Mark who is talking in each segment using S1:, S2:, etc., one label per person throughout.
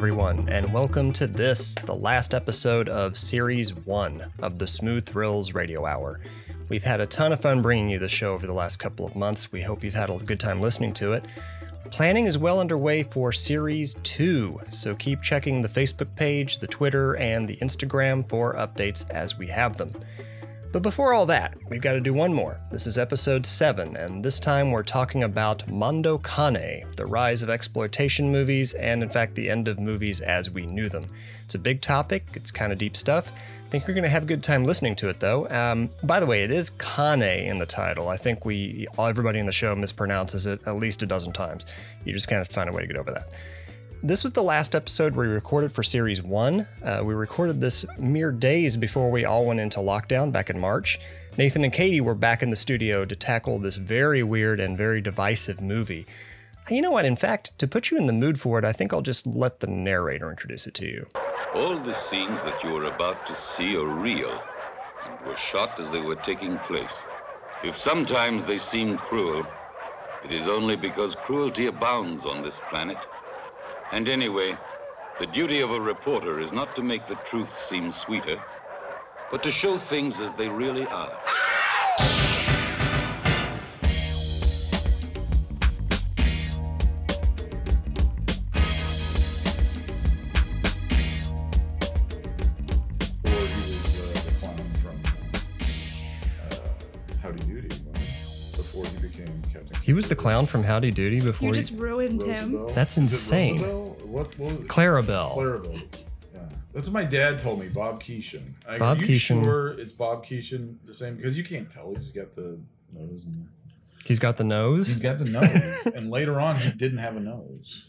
S1: and welcome to this, the last episode of Series 1 of the Smooth Thrills Radio Hour. We've had a ton of fun bringing you the show over the last couple of months. We hope you've had a good time listening to it. Planning is well underway for Series 2, so keep checking the Facebook page, the Twitter, and the Instagram for updates as we have them. But before all that, we've got to do one more. This is episode 7, and this time we're talking about Mondo Kane, the rise of exploitation movies, and in fact, the end of movies as we knew them. It's a big topic, it's kind of deep stuff. I think you're going to have a good time listening to it, though. Um, by the way, it is Kane in the title. I think we everybody in the show mispronounces it at least a dozen times. You just kind of find a way to get over that. This was the last episode we recorded for Series 1. Uh, we recorded this mere days before we all went into lockdown back in March. Nathan and Katie were back in the studio to tackle this very weird and very divisive movie. You know what? In fact, to put you in the mood for it, I think I'll just let the narrator introduce it to you.
S2: All the scenes that you are about to see are real and were shot as they were taking place. If sometimes they seem cruel, it is only because cruelty abounds on this planet. And anyway, the duty of a reporter is not to make the truth seem sweeter, but to show things as they really are.
S3: Or he was uh, the clown from uh, Howdy Doody wasn't he? before he became Captain.
S1: He was the clown from Howdy Doody before
S4: You just ruined him.
S3: Roosevelt?
S1: That's
S3: Is it
S1: insane.
S3: Roosevelt? What, what was it?
S1: Clarabelle.
S3: Clarabelle. Yeah. That's what my dad told me, Bob Keeshan. I,
S1: Bob
S3: are you
S1: Keeshan.
S3: sure it's Bob Keeshan the same? Because you can't tell. He's got the nose. And
S1: He's got the
S3: he's
S1: nose.
S3: got the nose. and later on, he didn't have a nose.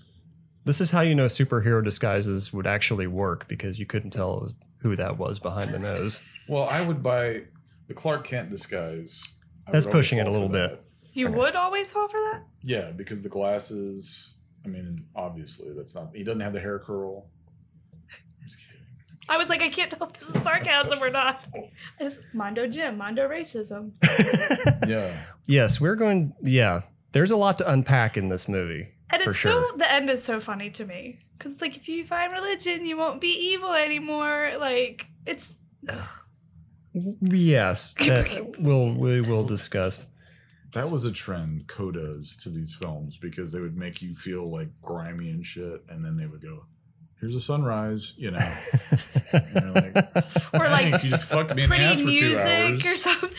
S1: This is how you know superhero disguises would actually work because you couldn't tell who that was behind the nose.
S3: Well, I would buy the Clark Kent disguise. I
S1: That's
S3: would always
S1: pushing it a
S3: fall for
S1: little
S3: that.
S1: bit.
S4: You would always fall for that?
S3: Yeah, because the glasses. I mean, obviously, that's not. He doesn't have the hair curl. Just kidding.
S4: I was like, I can't tell if this is sarcasm or not. It's Mondo Jim, Mondo racism.
S3: Yeah,
S1: yes, we're going. Yeah, there's a lot to unpack in this movie.
S4: And
S1: For
S4: it's
S1: sure.
S4: so, the end is so funny to me. Because it's like, if you find religion, you won't be evil anymore. Like, it's,
S1: Yes, that we'll we will discuss.
S3: that was a trend. Codas to these films because they would make you feel like grimy and shit, and then they would go, "Here's a sunrise," you know. you're like-
S4: or like
S3: Thanks, you just fucked me in the ass
S4: pretty
S3: for two hours.
S4: music or something.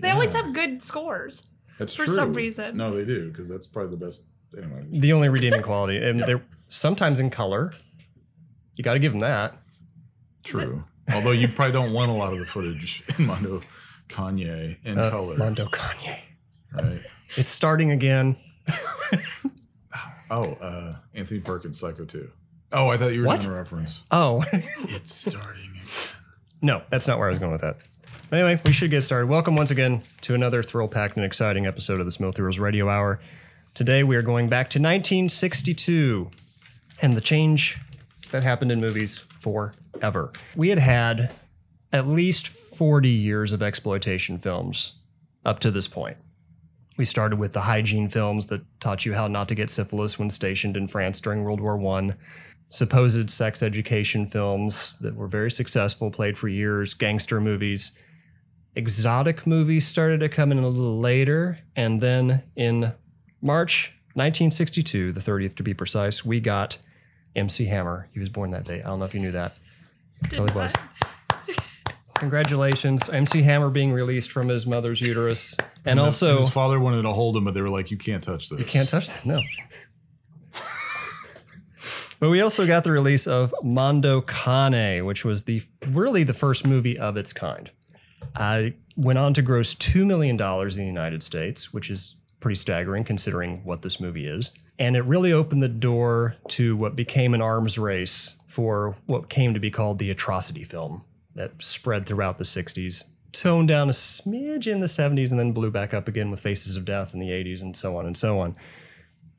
S4: They always
S3: Yeah.
S4: have good scores.
S3: that's
S4: for
S3: true.
S4: some reason.
S3: No, they do because that's probably the best. Anyway,
S1: the only redeeming quality, and they're sometimes in color. You got to give them that.
S3: true. Although you probably don't want a lot of the footage in Mondo Kanye in
S1: Uh,
S3: color,
S1: Mondo Kanye.
S3: right?
S1: It's starting again.
S3: Oh, uh, Anthony Perkins, Psycho 2. Oh, I thought you were
S1: What?
S3: doing a reference.
S1: Oh,
S3: It's starting.
S1: no, that's not where I was going with that. Anyway, we should get started. Welcome once again to another thrill packed and exciting episode of the Smith Heroes Radio Hour. Today we are going back to 1962 and the change that happened in movies forever. We had had at least 40 years of exploitation films up to this point. We started with the hygiene films that taught you how not to get syphilis when stationed in France during World War One. supposed sex education films that were very successful, played for years, gangster movies. Exotic movies started to come in a little later. And then in March 1962, the 30th to be precise, we got MC Hammer. He was born that day. I don't know if you knew that.
S4: Did
S1: Totally was.
S4: not-
S1: Congratulations, MC Hammer being released from his mother's uterus. And also,
S3: his father wanted to hold him, but they were like, "You can't touch this.
S1: You can't touch that, no. but we also got the release of Mondo Kane, which was the really the first movie of its kind. I went on to gross two million dollars in the United States, which is pretty staggering considering what this movie is. And it really opened the door to what became an arms race for what came to be called the atrocity film that spread throughout the 60s, toned down a smidge in the 70s, and then blew back up again with Faces of Death in the 80s, and so on and so on.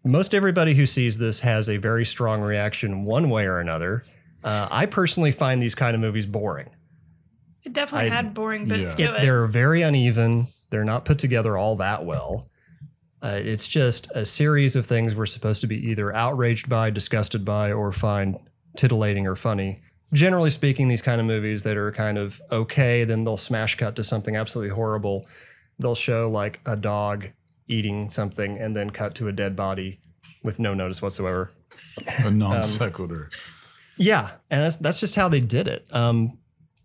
S1: Most everybody who sees this has a very strong reaction one way or another. Uh, I personally find these kind of movies boring.
S4: It definitely
S1: I-
S4: had boring bits
S3: yeah.
S4: to it.
S1: They're very uneven. They're not put together all that well. Uh, it's just a series of things we're supposed to be either outraged by, disgusted by, or find titillating or funny. Generally speaking, these kind of movies that are kind of okay, then they'll smash cut to something absolutely horrible. They'll show like a dog eating something and then cut to a dead body with no notice whatsoever.
S3: A
S1: Um,
S3: non sequitur.
S1: Yeah, and that's, that's just how they did it. Um,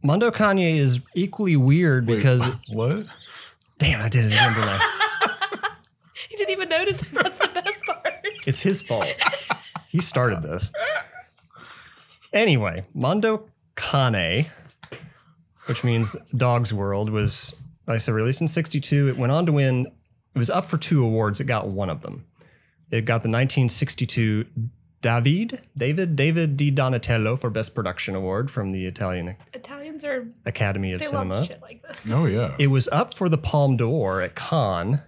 S1: Mondo Kanye is equally weird because
S3: what?
S1: damn, I did it again, didn't I?
S4: he didn't even notice. it. That's the best part.
S1: It's his fault. he started this. Anyway, Mondo Kane, which means Dog's World, was, like I said, released in 62. It went on to win, it was up for two awards. It got one of them. It got the 1962 David, David, David Di Donatello for Best Production Award from the Italian
S4: Italians are
S1: Academy of
S4: they
S1: Cinema.
S4: love shit like this.
S3: Oh yeah.
S1: It was up for the Palme d'Or at Cannes,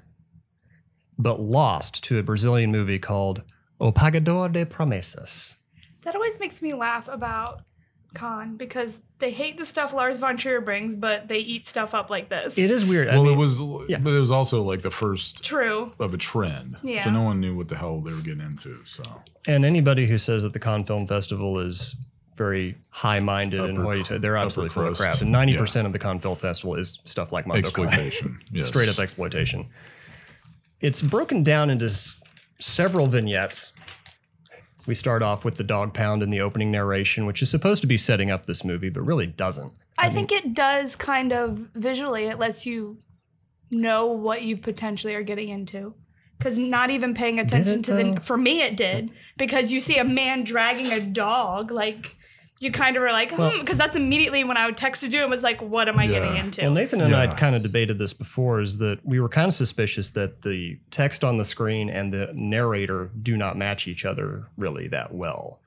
S1: but lost to a Brazilian movie called O Pagador de Promessas.
S4: That always makes me laugh about Khan because they hate the stuff Lars von Trier brings, but they eat stuff up like this.
S1: It is weird. I
S3: well,
S1: mean,
S3: it was,
S1: yeah.
S3: but it was also like the first
S4: True.
S3: of a trend.
S4: Yeah.
S3: So no one knew what the hell they were getting into. So
S1: and anybody who says that the Cannes Film Festival is very high-minded and
S3: Upper-
S1: hoity, they're absolutely full of
S3: crust.
S1: crap. And ninety percent of the Cannes Film Festival is stuff like Mondo Kane.
S3: exploitation. yes.
S1: straight up exploitation. It's broken down into s- several vignettes. We start off with the dog pound in the opening narration, which is supposed to be setting up this movie, but really doesn't.
S4: I think it does kind of visually, it lets you know what you potentially are getting into. Because not even paying attention
S1: it,
S4: to
S1: though?
S4: the. For me, it did. Because you see a man dragging a dog, like, you kind of were like, hmm,
S1: Well-
S4: because that's immediately when I texted you and was like, what am I
S3: Yeah.
S4: getting into?
S1: Well, Nathan and I
S3: Yeah.
S1: had kind of debated this before is that we were kind of suspicious that the text on the screen and the narrator do not match each other really that well.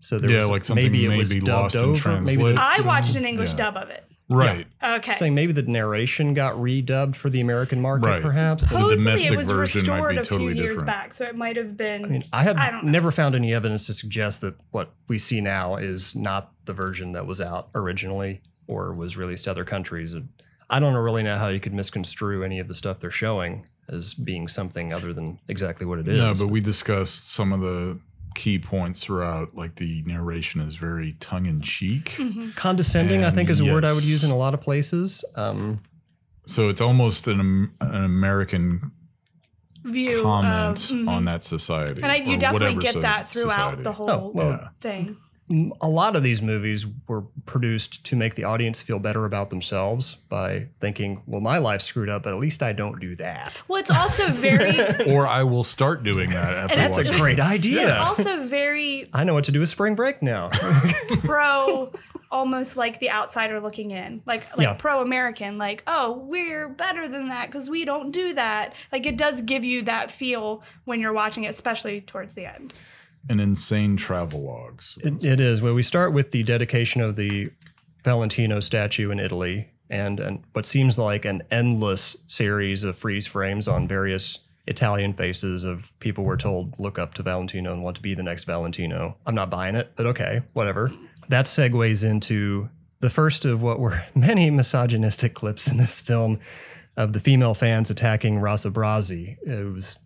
S1: So there
S3: yeah,
S1: was
S3: like something
S1: maybe it
S3: may
S1: was
S3: be
S1: dubbed
S3: lost in
S1: over. Maybe
S3: translation.
S1: the,
S4: I watched an English
S3: Yeah.
S4: dub of it.
S3: Right.
S4: Okay.
S1: saying maybe the narration got redubbed for the American market,
S3: Right.
S1: perhaps.
S3: the
S4: Supposedly
S3: domestic
S4: it was
S3: version might be
S4: restored a few
S3: totally
S4: years
S3: different.
S4: back, so it might have been.
S1: I mean, I have
S4: I don't know.
S1: never found any evidence to suggest that what we see now is not the version that was out originally or was released to other countries. And I don't really know how you could misconstrue any of the stuff they're showing as being something other than exactly what it is.
S3: No, but we discussed some of the key points throughout. Like the narration is very tongue in cheek,
S4: Mhm.
S1: Condescending, I think, is a word I would
S3: Yes.
S1: use in a lot of places. Um,
S3: so it's almost an Am- an American
S4: View
S3: comment
S4: of, mhm.
S3: on that society.
S4: And I, you
S3: or
S4: definitely
S3: whatever
S4: get
S3: so-
S4: that throughout the
S3: society.
S4: whole
S1: Oh, well,
S3: Yeah.
S4: thing.
S1: m- a lot of these movies were produced to make the audience feel better about themselves by thinking, well, my life screwed up, but at least I don't do that.
S4: Well, it's also very. and
S3: Or I will start doing that after
S4: that's
S1: That's a
S3: watching.
S1: great
S4: it's
S1: idea.
S4: also very
S1: I know what to do with spring break now.
S4: pro, almost like the outsider looking in, like like
S1: Yeah.
S4: pro American, like oh we're better than that because we don't do that. Like it does give you that feel when you're watching it, especially towards the end.
S3: An insane travelogue.
S1: It, it is. Well, we start with the dedication of the Valentino statue in Italy and, and what seems like an endless series of freeze frames on various Italian faces of people we're told look up to Valentino and want to be the next Valentino. I'm not buying it, but okay, whatever. That segues into the first of what were many misogynistic clips in this film of the female fans attacking Rasa Brasi, who's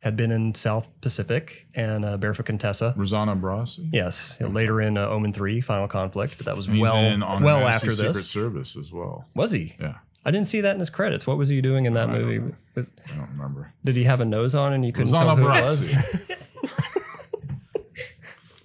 S1: had been in South Pacific and uh, Barefoot Contessa.
S3: Rosanna Brasi.
S1: Yes, later in uh, Omen Three, Final Conflict, but that was
S3: And he's
S1: well
S3: in on
S1: well
S3: Majesty's
S1: after
S3: Secret
S1: this.
S3: Service as well.
S1: Was he?
S3: Yeah.
S1: I didn't see that in his credits. What was he doing in that
S3: I don't
S1: movie?
S3: know.
S1: Was-
S3: I don't remember.
S1: did he have a nose on and you couldn't
S3: Rosanna
S1: tell who it was?
S3: Brasi.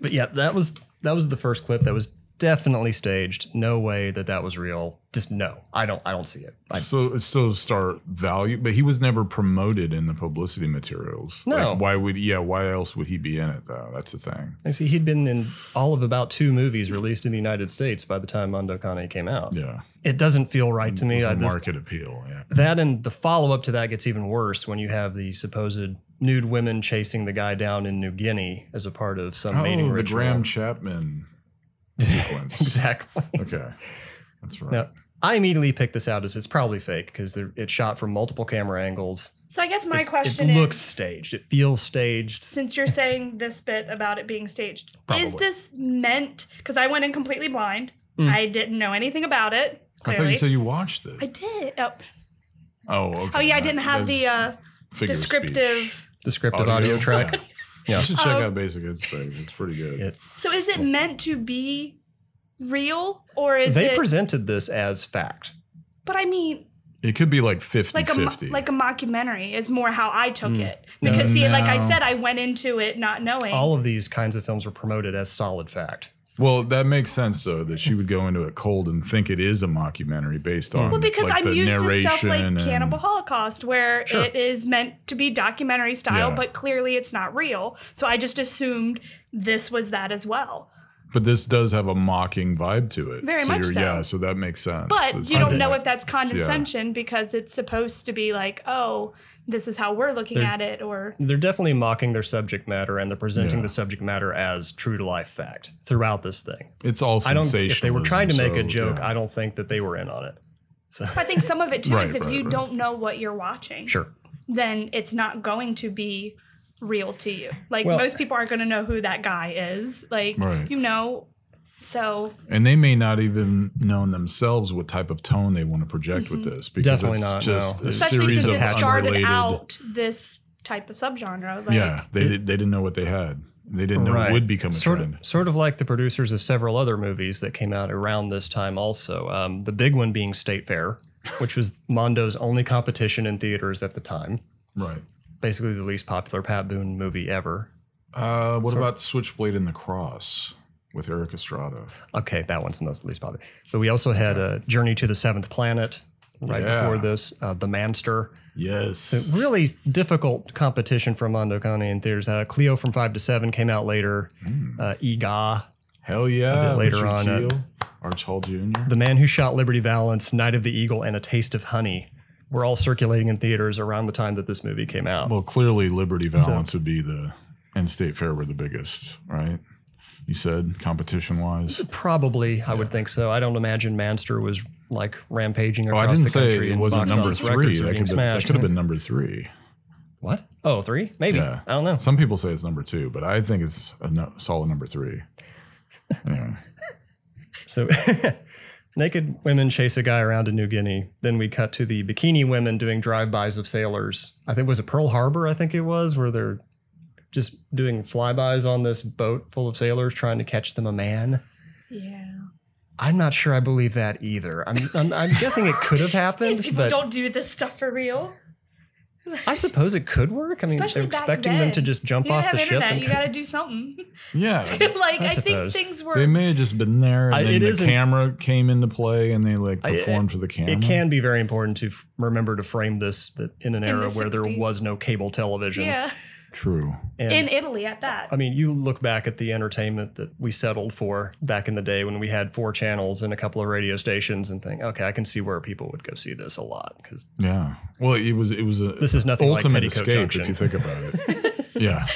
S1: But yeah, that was that was the first clip that was definitely staged. No way that that was real. Just no. I don't I don't see it. I,
S3: So it's still star value, but he was never promoted in the publicity materials. Like,
S1: No.
S3: why would yeah? Why else would he be in it though? That's the thing.
S1: I see he'd been in all of about two movies released in the United States by the time Mondo Kane came out.
S3: Yeah.
S1: It doesn't feel right to me.
S3: It's a
S1: I- this-
S3: market appeal. Yeah.
S1: that and the follow up to that gets even worse when you have the supposed nude women chasing the guy down in New Guinea as a part of some mating
S3: Oh, the
S1: ritual.
S3: Graham Chapman sequence.
S1: exactly.
S3: Okay. That's right.
S1: Now, I immediately picked this out as it's probably fake because it's shot from multiple camera angles.
S4: So I guess my
S1: It's-
S4: question
S1: it
S4: is.
S1: looks staged. It feels staged.
S4: since you're saying this bit about it being staged, is
S1: Probably.
S4: this meant? Because I went in completely blind.
S1: Mm.
S4: I didn't know anything about it.
S3: I
S4: Clearly.
S3: thought you said you watched this.
S4: I did. Oh,
S3: oh, okay.
S4: oh yeah, I
S3: That-
S4: didn't have the
S3: that's
S4: uh,
S3: figure of speech.
S4: descriptive.
S1: Descriptive audio, track.
S3: Yeah.
S1: Yeah.
S3: You should check
S4: Um,
S3: out Basic Instinct. It's pretty good.
S1: Yeah.
S4: So is it meant to be real or is
S1: they
S4: it?
S1: presented this as fact.
S4: but I mean,
S3: It could be like 50
S4: like a mo-
S3: 50.
S4: like a mockumentary is more how I took
S1: Mm.
S4: it
S1: No,
S4: because see, like
S3: no.
S4: I said, I went into it not knowing.
S1: All of these kinds of films were promoted as solid fact.
S3: well, that makes sense though that she would go into it cold and think it is a mockumentary based on
S4: well, because
S3: like,
S4: I'm
S3: the
S4: used to
S3: narration
S4: stuff like
S3: and,
S4: Cannibal Holocaust, where
S1: Sure.
S4: it is meant to be documentary style,
S3: Yeah.
S4: but clearly it's not real. So I just assumed this was that as well.
S3: But this does have a mocking vibe to it.
S4: Very
S3: so
S4: much
S3: you're-
S4: so.
S3: Yeah, so that makes sense.
S4: But
S3: It's
S4: you
S3: not
S4: don't know
S3: like-
S4: if that's condescension because it's supposed to be like, oh, this is how we're looking
S1: They're-
S4: at it, or
S1: They're definitely mocking their subject matter and they're presenting
S3: Yeah.
S1: the subject matter as true to life fact throughout this thing.
S3: It's all
S1: I don't.
S3: sensational.
S1: If they were trying to make a joke, I don't think that they were in on it. So
S4: I think some of it too
S3: Right,
S4: is if
S3: right,
S4: you
S3: right.
S4: don't know what you're watching,
S1: sure.
S4: then it's not going to be real to you. Like
S1: Well-
S4: most people aren't going to know who that guy is. Like
S3: Right.
S4: you know, so
S3: and they may not even know themselves what type of tone they want to project with this because
S1: Mm-hmm. Definitely
S3: it's
S1: not,
S3: just
S1: no.
S3: a
S4: especially
S3: series
S4: since
S3: of
S4: it started
S3: unrelated.
S4: out this type of subgenre. Like,
S3: yeah, they did, they didn't know what they had. They didn't know it would become a
S1: sort
S3: trend.
S1: Of, sort of like the producers of several other movies that came out around this time, also. Um, the big one being State Fair, which was Mondo's only competition in theaters at the time.
S3: Right.
S1: Basically, the least popular Pat Boone movie ever.
S3: Uh, what
S1: Sort-
S3: about Switchblade and the Cross with Eric Estrada?
S1: Okay, that one's the most least popular. But we also had uh, Journey to the Seventh Planet right
S3: Yeah.
S1: before this, uh, The Manster.
S3: Yes.
S1: The really difficult competition from Mondo Kane in theaters. Uh, Cleo from 5 to 7 came out later.
S3: Mm.
S1: Uh, Ega,
S3: Hell yeah.
S1: bit later
S3: Richard
S1: on, uh,
S3: Keel, Arch Hall Jr.
S1: The Man Who Shot Liberty Valance, Night of the Eagle, and A Taste of Honey were all circulating in theaters around the time that this movie came out.
S3: Well, clearly Liberty Valance would be the and State Fair were the biggest, right? You said competition wise.
S1: Probably, I would think so. I don't imagine Manster was like rampaging
S3: Oh, I
S1: across
S3: didn't
S1: the country.
S3: say it
S1: and
S3: wasn't
S1: box
S3: number
S1: office
S3: three.
S1: records were
S3: That
S1: being
S3: could,
S1: smashed.
S3: have been number three.
S1: what? Oh, three? Maybe.
S3: Yeah.
S1: I don't know.
S3: Some people say it's number two, but I think it's a no, solid number three. Anyway,
S1: So, naked women chase a guy around in New Guinea. Then we cut to the bikini women doing drive-bys of sailors. I think was it Pearl Harbor. I think it was where they're just doing flybys on this boat full of sailors trying to catch them a man.
S4: yeah.
S1: I'm not sure I believe that either. I'm I'm, I'm guessing it could have
S4: These
S1: happened,
S4: people
S1: but
S4: don't do this stuff for real.
S1: I suppose it could work. I mean,
S4: Especially
S1: they're
S4: back
S1: expecting them
S4: then.
S1: to just
S4: You
S1: jump
S4: didn't
S1: off
S4: have
S1: the ship.
S4: internet.
S1: and
S4: You
S1: co-
S4: got to do something.
S3: yeah,
S4: like
S1: I
S4: I, think
S1: suppose.
S4: things were.
S3: they may have just been there, and
S1: I-
S3: then
S1: it
S3: the
S1: isn't-
S3: camera came into play, and they like
S1: I-
S3: performed for the camera.
S1: it can be very important to f- remember to frame this that in an
S4: In
S1: era
S4: the
S1: where there
S4: 60s.
S1: was no cable television.
S4: yeah,
S3: True.
S1: And
S4: in Italy at that.
S1: I mean, you look back at the entertainment that we settled for back in the day when we had four channels and a couple of radio stations and think, okay, I can see where people would go see this a lot because
S3: Yeah. Well, it was it was a
S1: this is nothing like
S3: ultimate
S1: Petticoat
S3: escape
S1: Junction.
S3: if you think about it. yeah,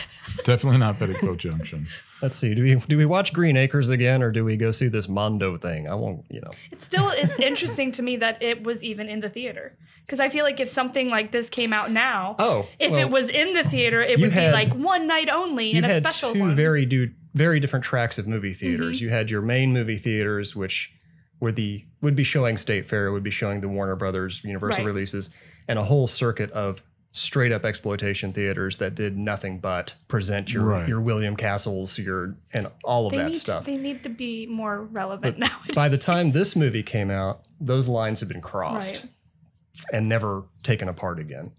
S3: definitely not Petticoat Junction.
S1: Let's see. Do we do we watch Green Acres again, or do we go see this Mondo thing? I won't. You know.
S4: It still is interesting to me that it was even in the theater because I feel like if something like this came out now,
S1: Oh,
S4: if it was in the theater, it
S1: you
S4: would
S1: had-
S4: be like one night only
S1: you
S4: and a
S1: had
S4: special
S1: two
S4: one. Mm-hmm.
S1: very do very different tracks of movie theaters. You had your main movie theaters, which were the would be showing State Fair, would be showing the Warner Brothers Universal
S4: Right.
S1: releases, and a whole circuit of straight up exploitation theaters that did nothing but present your
S3: Right.
S1: your William Castles, your and all of
S4: they
S1: that
S4: need
S1: stuff.
S4: they need to be more relevant now.
S1: By the time this movie came out, those lines had been crossed
S4: Right.
S1: and never taken apart again.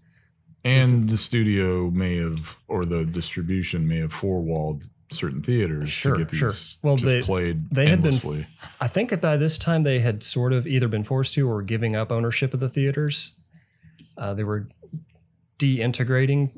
S3: And the studio may have, or the distribution may have four-walled certain theaters
S1: Sure,
S3: to get these
S1: sure. Well,
S3: just
S1: they-
S3: played
S1: they had been-
S3: endlessly.
S1: I think that by this time they had sort of either been forced to or giving up ownership of the theaters. Uh, they were deintegrating.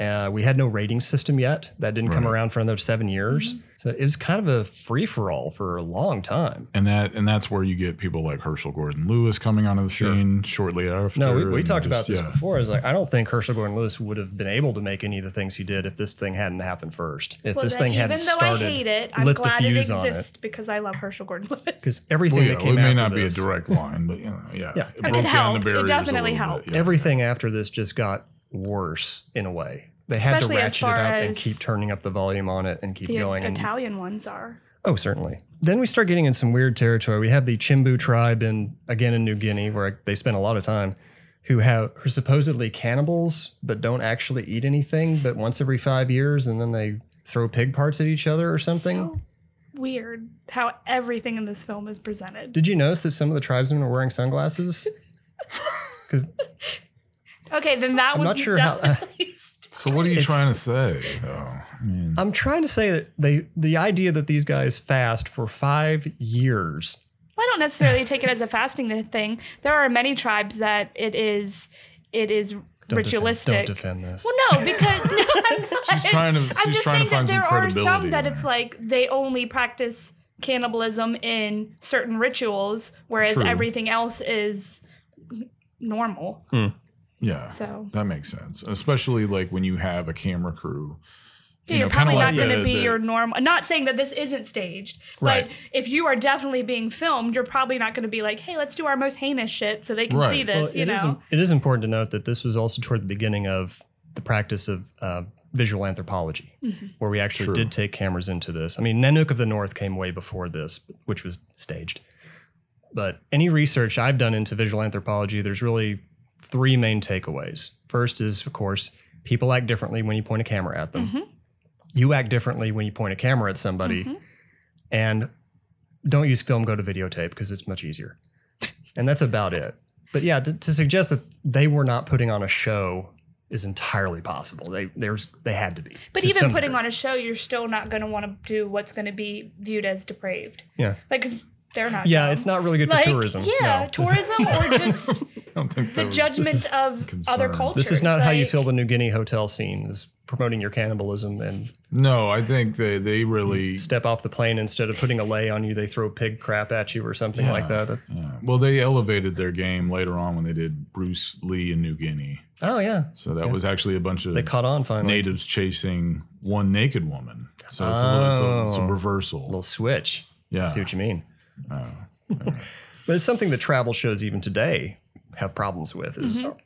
S1: Uh, we had no rating system yet. That didn't come
S3: Right.
S1: around for another seven years.
S4: Mm-hmm.
S1: So it was kind of a free for all for a long time.
S3: and that and that's where you get people like Herschel Gordon Lewis coming onto the
S1: Sure.
S3: scene shortly after.
S1: No, we, we
S3: and
S1: talked
S3: just-
S1: about this
S3: yeah.
S1: before. I was like, I don't think Herschel Gordon Lewis would have been able to make any of the things he did if this thing hadn't happened first. If
S4: Well,
S1: this
S4: then
S1: thing hadn't
S4: even though
S1: started,
S4: I hate it, I'm
S1: lit the
S4: glad it
S1: fuse on it.
S4: exists because I love Herschel Gordon Lewis.
S1: because everything
S3: Well, yeah,
S1: that came
S3: it may
S1: after
S3: not
S1: this-
S3: be a direct line, but you know, yeah,
S1: Yeah.
S4: It helped. It definitely helped.
S3: yeah.
S1: everything after this just got worse in a way. They had
S4: Especially
S1: to
S4: as
S1: ratchet it
S4: far
S1: up and
S4: as
S1: keep turning up the volume on it and keep
S4: The
S1: going. And,
S4: Italian ones are.
S1: oh, certainly. Then we start getting in some weird territory. We have the Chimbu tribe in again in New Guinea, where they spent a lot of time. who have who are supposedly cannibals but don't actually eat anything but once every five years and then they throw pig parts at each other or something.
S4: So weird how everything in this film is presented.
S1: Did you notice that some of the tribesmen are wearing sunglasses? Because
S4: Okay, then that
S1: I'm
S4: would
S1: not
S4: be
S1: sure how-
S4: definitely
S3: So what are you
S1: It's-
S3: trying to say? Though? I mean,
S1: I'm trying to say that they the idea that these guys fast for five years.
S4: I don't necessarily take it as a fasting thing. There are many tribes that it is it is
S1: Don't
S4: ritualistic.
S1: Defend, don't defend this.
S4: well, no, because no, I'm not.
S3: she's trying to. She's
S4: I'm just
S3: trying
S4: saying
S3: to find
S4: that there
S3: some
S4: are
S3: credibility.
S4: some that
S3: in
S4: it's
S3: it.
S4: like they only practice cannibalism in certain rituals, whereas
S3: True.
S4: everything else is n- normal.
S3: yeah,
S4: So
S3: that makes sense. Especially like when you have a camera crew.
S4: yeah,
S3: You
S4: you're
S3: know, kinda
S4: probably
S3: like
S4: not going
S3: the-
S4: to be
S3: the-
S4: your normal. Not saying that this isn't staged,
S1: Right.
S4: but if you are definitely being filmed, you're probably not going to be like, "Hey, let's do our most heinous shit so they can see
S3: Right.
S4: this." you
S1: it
S4: know.
S1: is- it is important to note that this was also toward the beginning of the practice of uh, visual anthropology,
S4: Mm-hmm.
S1: where we actually
S3: True.
S1: did take cameras into this. I mean, Nanook of the North came way before this, which was staged. But any research I've done into visual anthropology, there's really three main takeaways. First is, of course, people act differently when you point a camera at them.
S4: Mhm.
S1: You act differently when you point a camera at somebody.
S4: Mhm.
S1: And don't use film, go to videotape because it's much easier. And that's about it. But yeah, to, to suggest that they were not putting on a show is entirely possible. They there's they had to be.
S4: But even putting on a show, you're still not going to want to do what's going to be viewed as depraved.
S1: Yeah.
S4: Like, 'cause they're not.
S1: yeah,
S4: dumb.
S1: it's not really good for
S4: like,
S1: tourism.
S4: Yeah,
S1: no.
S4: tourism or just
S3: I don't think that
S4: the
S3: was-
S4: judgment
S1: is
S4: of other
S3: concern.
S4: cultures.
S1: This is not how you
S4: like-
S1: fill the New Guinea hotel scene. Is promoting your cannibalism and
S3: No, I think they they really
S1: step off the plane instead of putting a lay on you, they throw pig crap at you or something like
S3: Yeah.
S1: that. That-
S3: Yeah. uh, Well, they elevated their game later on when they did Bruce Lee in New Guinea.
S1: Oh yeah,
S3: So that
S1: Yeah.
S3: was actually a bunch of
S1: they caught on finally.
S3: natives chasing one naked woman. So it's, a little, it's, a, it's a
S1: Oh.
S3: reversal.
S1: little switch.
S3: yeah.
S1: I see what you mean.
S3: Oh.
S1: But it's something that travel shows even today have problems with. Is
S4: Mm-hmm.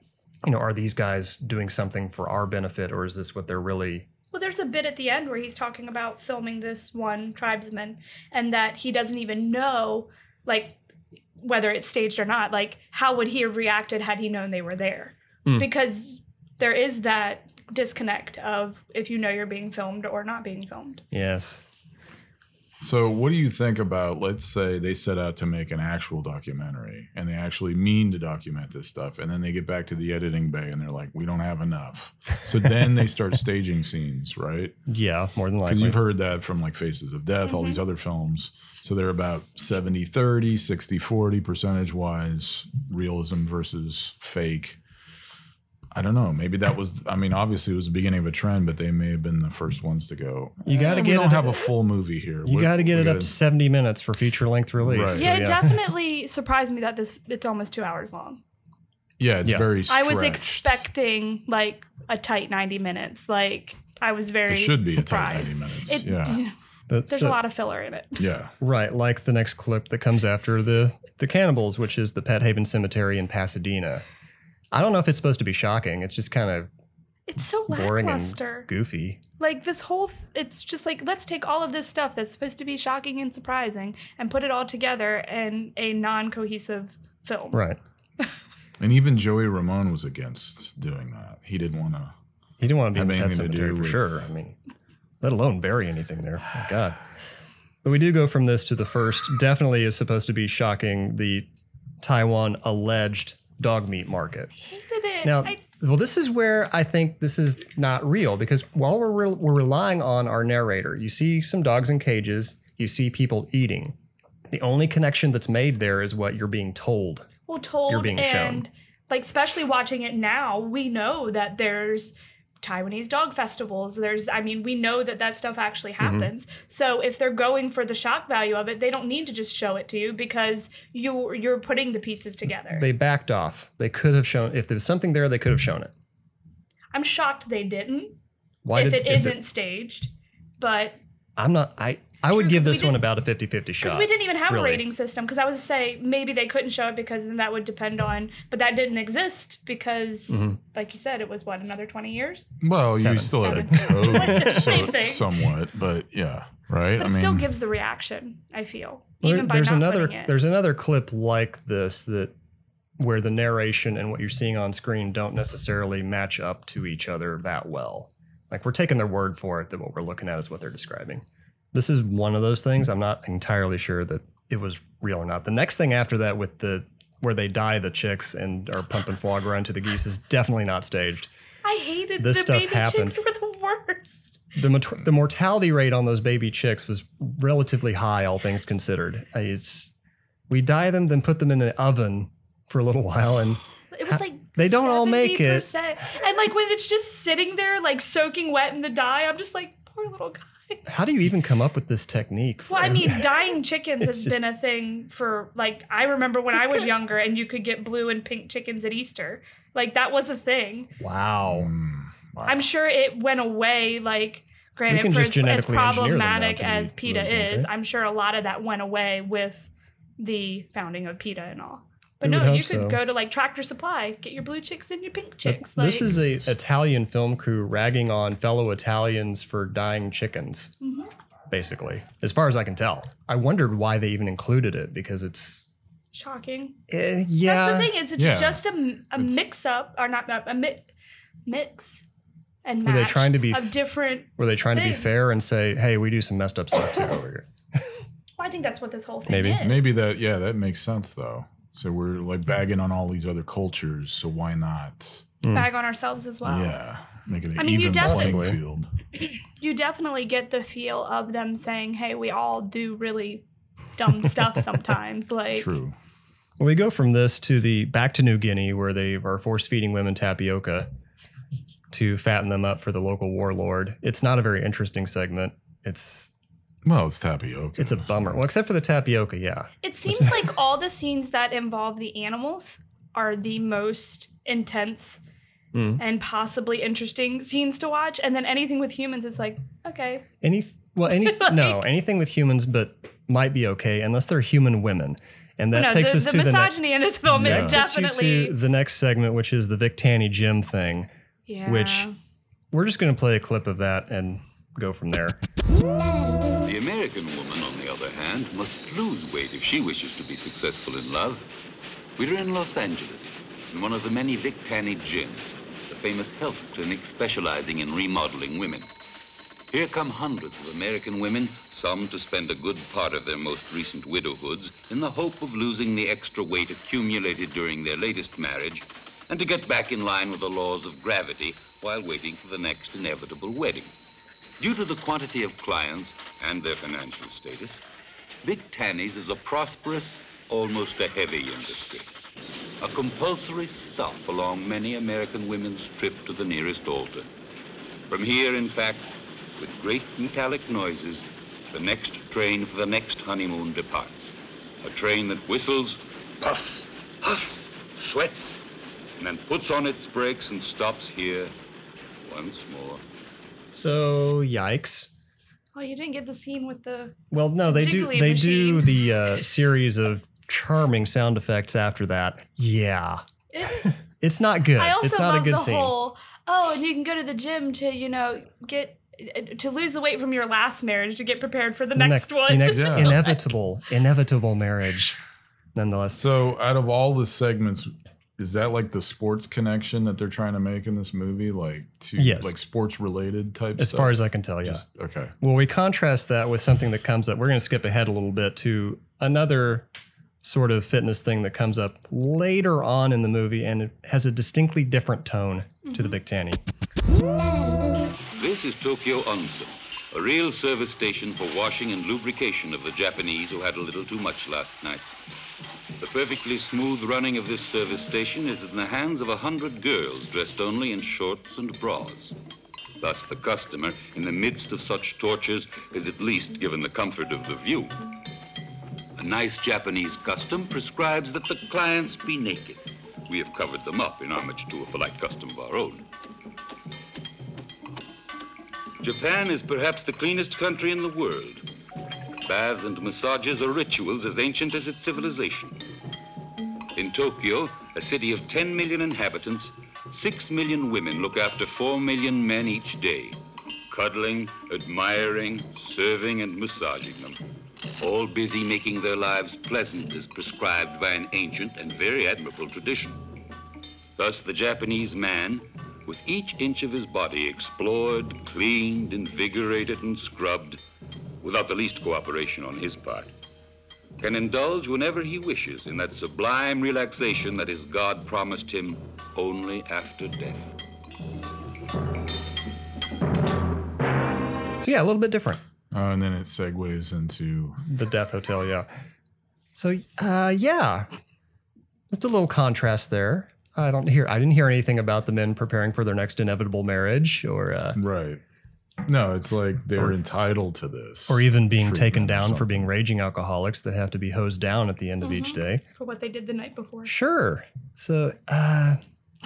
S1: you know, are these guys doing something for our benefit, or is this what they're really?
S4: Well, there's a bit at the end where he's talking about filming this one tribesman and that he doesn't even know, like, whether it's staged or not. Like, how would he have reacted had he known they were there?
S1: Hmm.
S4: Because there is that disconnect of if you know you're being filmed or not being filmed.
S1: Yes.
S3: So what do you think about let's say they set out to make an actual documentary and they actually mean to document this stuff and then they get back to the editing bay and they're like we don't have enough. So then they start staging scenes, right?
S1: Yeah, more than
S3: Because
S1: likely.
S3: you've heard that from like Faces of Death, all these other films. So they're about 70 30, 60 40 percentage wise, realism versus fake. I don't know. Maybe that was, I mean, obviously it was the beginning of a trend, but they may have been the first ones to go.
S1: You gotta
S3: "Eh,
S1: get
S3: We don't
S1: it-
S3: have a full movie here.
S1: you
S3: We-
S1: got to get
S3: we
S1: it up to
S3: gotta-
S1: 70 minutes for feature length release.
S3: Right.
S1: so
S4: Yeah, it definitely surprised me that this it's almost two hours long.
S3: Yeah, it's
S1: Yeah.
S3: very
S4: I was
S3: stretched.
S4: expecting like a tight ninety minutes. Like I was very
S3: It should be a tight
S4: surprised.
S3: 90 minutes.
S4: It,
S3: yeah.
S1: But
S4: There's
S1: so-
S4: a lot of filler in it.
S3: Yeah.
S1: Right, like the next clip that comes after the the cannibals, which is the Pet Haven Cemetery in Pasadena. I don't know if it's supposed to be shocking. It's just kind of
S4: It's so
S1: Boring and
S4: lackluster.
S1: goofy.
S4: Like this whole, th- it's just like let's take all of this stuff that's supposed to be shocking and surprising and put it all together in a non-cohesive film.
S1: Right.
S3: And even Joey Ramone was against doing that. He didn't want to.
S1: He didn't want to
S3: Have
S1: be in that
S3: anything to
S1: cemetery
S3: do
S1: for
S3: with-
S1: sure. I mean, let alone bury anything there. My God. But we do go from this to the first. Definitely is supposed to be shocking. The Taiwan alleged dog meat market.
S4: Hated it.
S1: Now,
S4: I,
S1: well, this is where I think this is not real because while we're, re- we're relying on our narrator, you see some dogs in cages, you see people eating. The only connection that's made there is what you're being told.
S4: well, told
S1: you're being shown.
S4: and like especially watching it now, we know that there's Taiwanese dog festivals. There's, I mean, we know that that stuff actually
S1: Mm-hmm.
S4: happens. So if they're going for the shock value of it, they don't need to just show it to you because you you're putting the pieces together.
S1: They backed off. They could have shown, if there was something there, they could have shown it.
S4: I'm shocked they didn't.
S1: Why
S4: if
S1: did,
S4: it isn't staged, but
S1: I'm not, I, I would
S4: True,
S1: give
S4: 'cause we
S1: this one
S4: didn't-
S1: about a 50 50 shot.
S4: because we didn't even have
S1: really.
S4: a rating system, because I was say maybe they couldn't show it because then that would depend on, but that didn't exist because,
S1: Mhm.
S4: like you said, it was what another 20 years.
S3: Well,
S1: Seven.
S3: you still had a
S4: Seven.
S3: code
S4: Same
S3: so,
S4: thing.
S3: somewhat, but yeah, right?
S4: But it still gives the reaction. I feel
S1: There-
S4: even by
S1: there's
S4: not
S1: another
S4: putting it.
S1: there's another clip like this that where the narration and what you're seeing on screen don't necessarily match up to each other that well. Like we're taking their word for it that what we're looking at is what they're describing. This is one of those things. I'm not entirely sure that it was real or not. The next thing after that with the where they dye the chicks and are pumping foie gras into the geese is definitely not staged.
S4: I hated
S1: This
S4: the
S1: stuff
S4: baby
S1: happened.
S4: chicks were the worst.
S1: The, mat- the mortality rate on those baby chicks was relatively high, all things considered. Uh, It's we dye them, then put them in an oven for a little while, and
S4: It was like
S1: they don't all make it.
S4: 70%. And like when it's just sitting there like soaking wet in the dye, I'm just like poor little guy.
S1: How do you even come up with this technique?
S4: Well, I mean, dying chickens
S1: It's
S4: has
S1: just-
S4: been a thing for like I remember when I was younger and you could get blue and pink chickens at Easter. Like that was a thing.
S1: wow.
S3: Mm, wow.
S4: I'm sure it went away like
S1: We
S4: granted
S1: can
S4: for
S1: just
S4: as, as
S1: genetically engineer them now
S4: problematic
S1: to be
S4: as PETA
S1: blue and pink,
S4: is,
S1: right?
S4: I'm sure a lot of that went away with the founding of PETA and all. But
S1: We would
S4: no, you
S1: hope
S4: could
S1: so.
S4: go to like Tractor Supply, get your blue chicks and your pink
S1: But
S4: chicks.
S1: This
S4: like,
S1: is a Italian film crew ragging on fellow Italians for dying chickens,
S4: Mhm.
S1: basically. As far as I can tell, I wondered why they even included it because it's
S4: shocking.
S1: eh,
S4: That's the
S1: yeah.
S4: thing is, it's
S3: Yeah.
S4: just a, m- a
S3: It's-
S4: mix up, or not a mi- mix and
S1: Were
S4: match
S1: they trying to be
S4: of different.
S1: Were they trying to be
S4: things.
S1: fair and say, "Hey, we do some messed up stuff too over here"?
S4: Well, I think that's what this whole thing
S1: Maybe.
S4: is.
S3: Maybe that, yeah, that makes sense though. So we're like bagging on all these other cultures, so why not?
S1: Hmm.
S4: Bag on ourselves as well.
S3: Yeah, make it an
S4: I mean, you
S3: even
S4: definitely-
S3: playing field.
S4: You definitely get the feel of them saying, "Hey, we all do really dumb stuff sometimes." Like,
S3: True.
S1: Well, we go from this to the back to New Guinea, where they are force feeding women tapioca to fatten them up for the local warlord. It's not a very interesting segment. It's
S3: Well, it's tapioca.
S1: it's a bummer. Well, except for the tapioca, yeah.
S4: It seems like all the scenes that involve the animals are the most intense
S1: Mm.
S4: and possibly interesting scenes to watch, and then anything with humans is like, okay,
S1: Any well, any
S4: Like-
S1: no, anything with humans, but might be okay unless they're human women, and that
S4: no,
S1: takes
S4: the,
S1: us
S4: the
S1: to the next.
S4: misogyny in this film
S3: Yeah.
S4: is
S1: That takes you
S4: definitely
S1: to the next segment, which is the Vic Tanny Jim thing.
S4: yeah.
S1: which- We're just going to play a clip of that and go from there.
S2: The American woman, on the other hand, must lose weight if she wishes to be successful in love. We are in Los Angeles, in one of the many Vic Tanny gyms, the famous health clinic specializing in remodeling women. Here come hundreds of American women, some to spend a good part of their most recent widowhoods in the hope of losing the extra weight accumulated during their latest marriage and to get back in line with the laws of gravity while waiting for the next inevitable wedding. Due to the quantity of clients and their financial status, Big Tannies is a prosperous, almost a heavy industry. A compulsory stop along many American women's trip to the nearest altar. From here, in fact, with great metallic noises, the next train for the next honeymoon departs. A train that whistles, puffs, huffs, sweats, and then puts on its brakes and stops here once more.
S1: So yikes.
S4: oh, you didn't get the scene with the
S1: Well, no, they do.
S4: Jiggly
S1: They do
S4: machine.
S1: the uh, series of charming sound effects after that. Yeah,
S4: It-
S1: it's not good.
S4: I also
S1: it's not
S4: love
S1: a good
S4: the
S1: scene.
S4: whole. Oh, and you can go to the gym to you know get to lose the weight from your last marriage to get prepared for the
S1: Ne-
S4: next
S1: the
S4: one.
S1: next
S3: Yeah.
S1: inevitable, inevitable marriage. Nonetheless,
S3: So, out of all the segments, is that like the sports connection that they're trying to make in this movie, like to
S1: Yes.
S3: like sports related type?
S1: as far as I can tell, yeah.
S3: just okay.
S1: Well, we contrast that with something that comes up. We're going to skip ahead a little bit to another sort of fitness thing that comes up later on in the movie, and it has a distinctly different tone to
S4: Mm-hmm.
S1: the Big Tanny.
S2: This is Tokyo Onsen, a real service station for washing and lubrication of the Japanese who had a little too much last night. The perfectly smooth running of this service station is in the hands of a hundred girls dressed only in shorts and bras. Thus, the customer, in the midst of such tortures, is at least given the comfort of the view. A nice Japanese custom prescribes that the clients be naked. We have covered them up in homage to a polite custom of our own. Japan is perhaps the cleanest country in the world. Baths and massages are rituals as ancient as its civilization. In Tokyo, a city of 10 million inhabitants, 6 million women look after 4 million men each day, cuddling, admiring, serving, and massaging them. all busy making their lives pleasant as prescribed by an ancient and very admirable tradition. Thus, the Japanese man, with each inch of his body explored, cleaned, invigorated, and scrubbed, without the least cooperation on his part, can indulge whenever he wishes in that sublime relaxation that his God promised him only after death.
S1: So yeah, a little bit different.
S3: Uh, and then it segues into
S1: The Death Hotel, yeah. So uh, yeah, just a little contrast there. I don't hear. I didn't hear anything about the men preparing for their next inevitable marriage, or uh,
S3: right. No, it's like they're entitled to this,
S1: or even being
S3: Treatment
S1: taken
S3: or
S1: down for
S3: something.
S1: being raging alcoholics that have to be hosed down at the end of each
S4: Mhm.
S1: day.
S4: for what they did the night before.
S1: Sure. So, uh,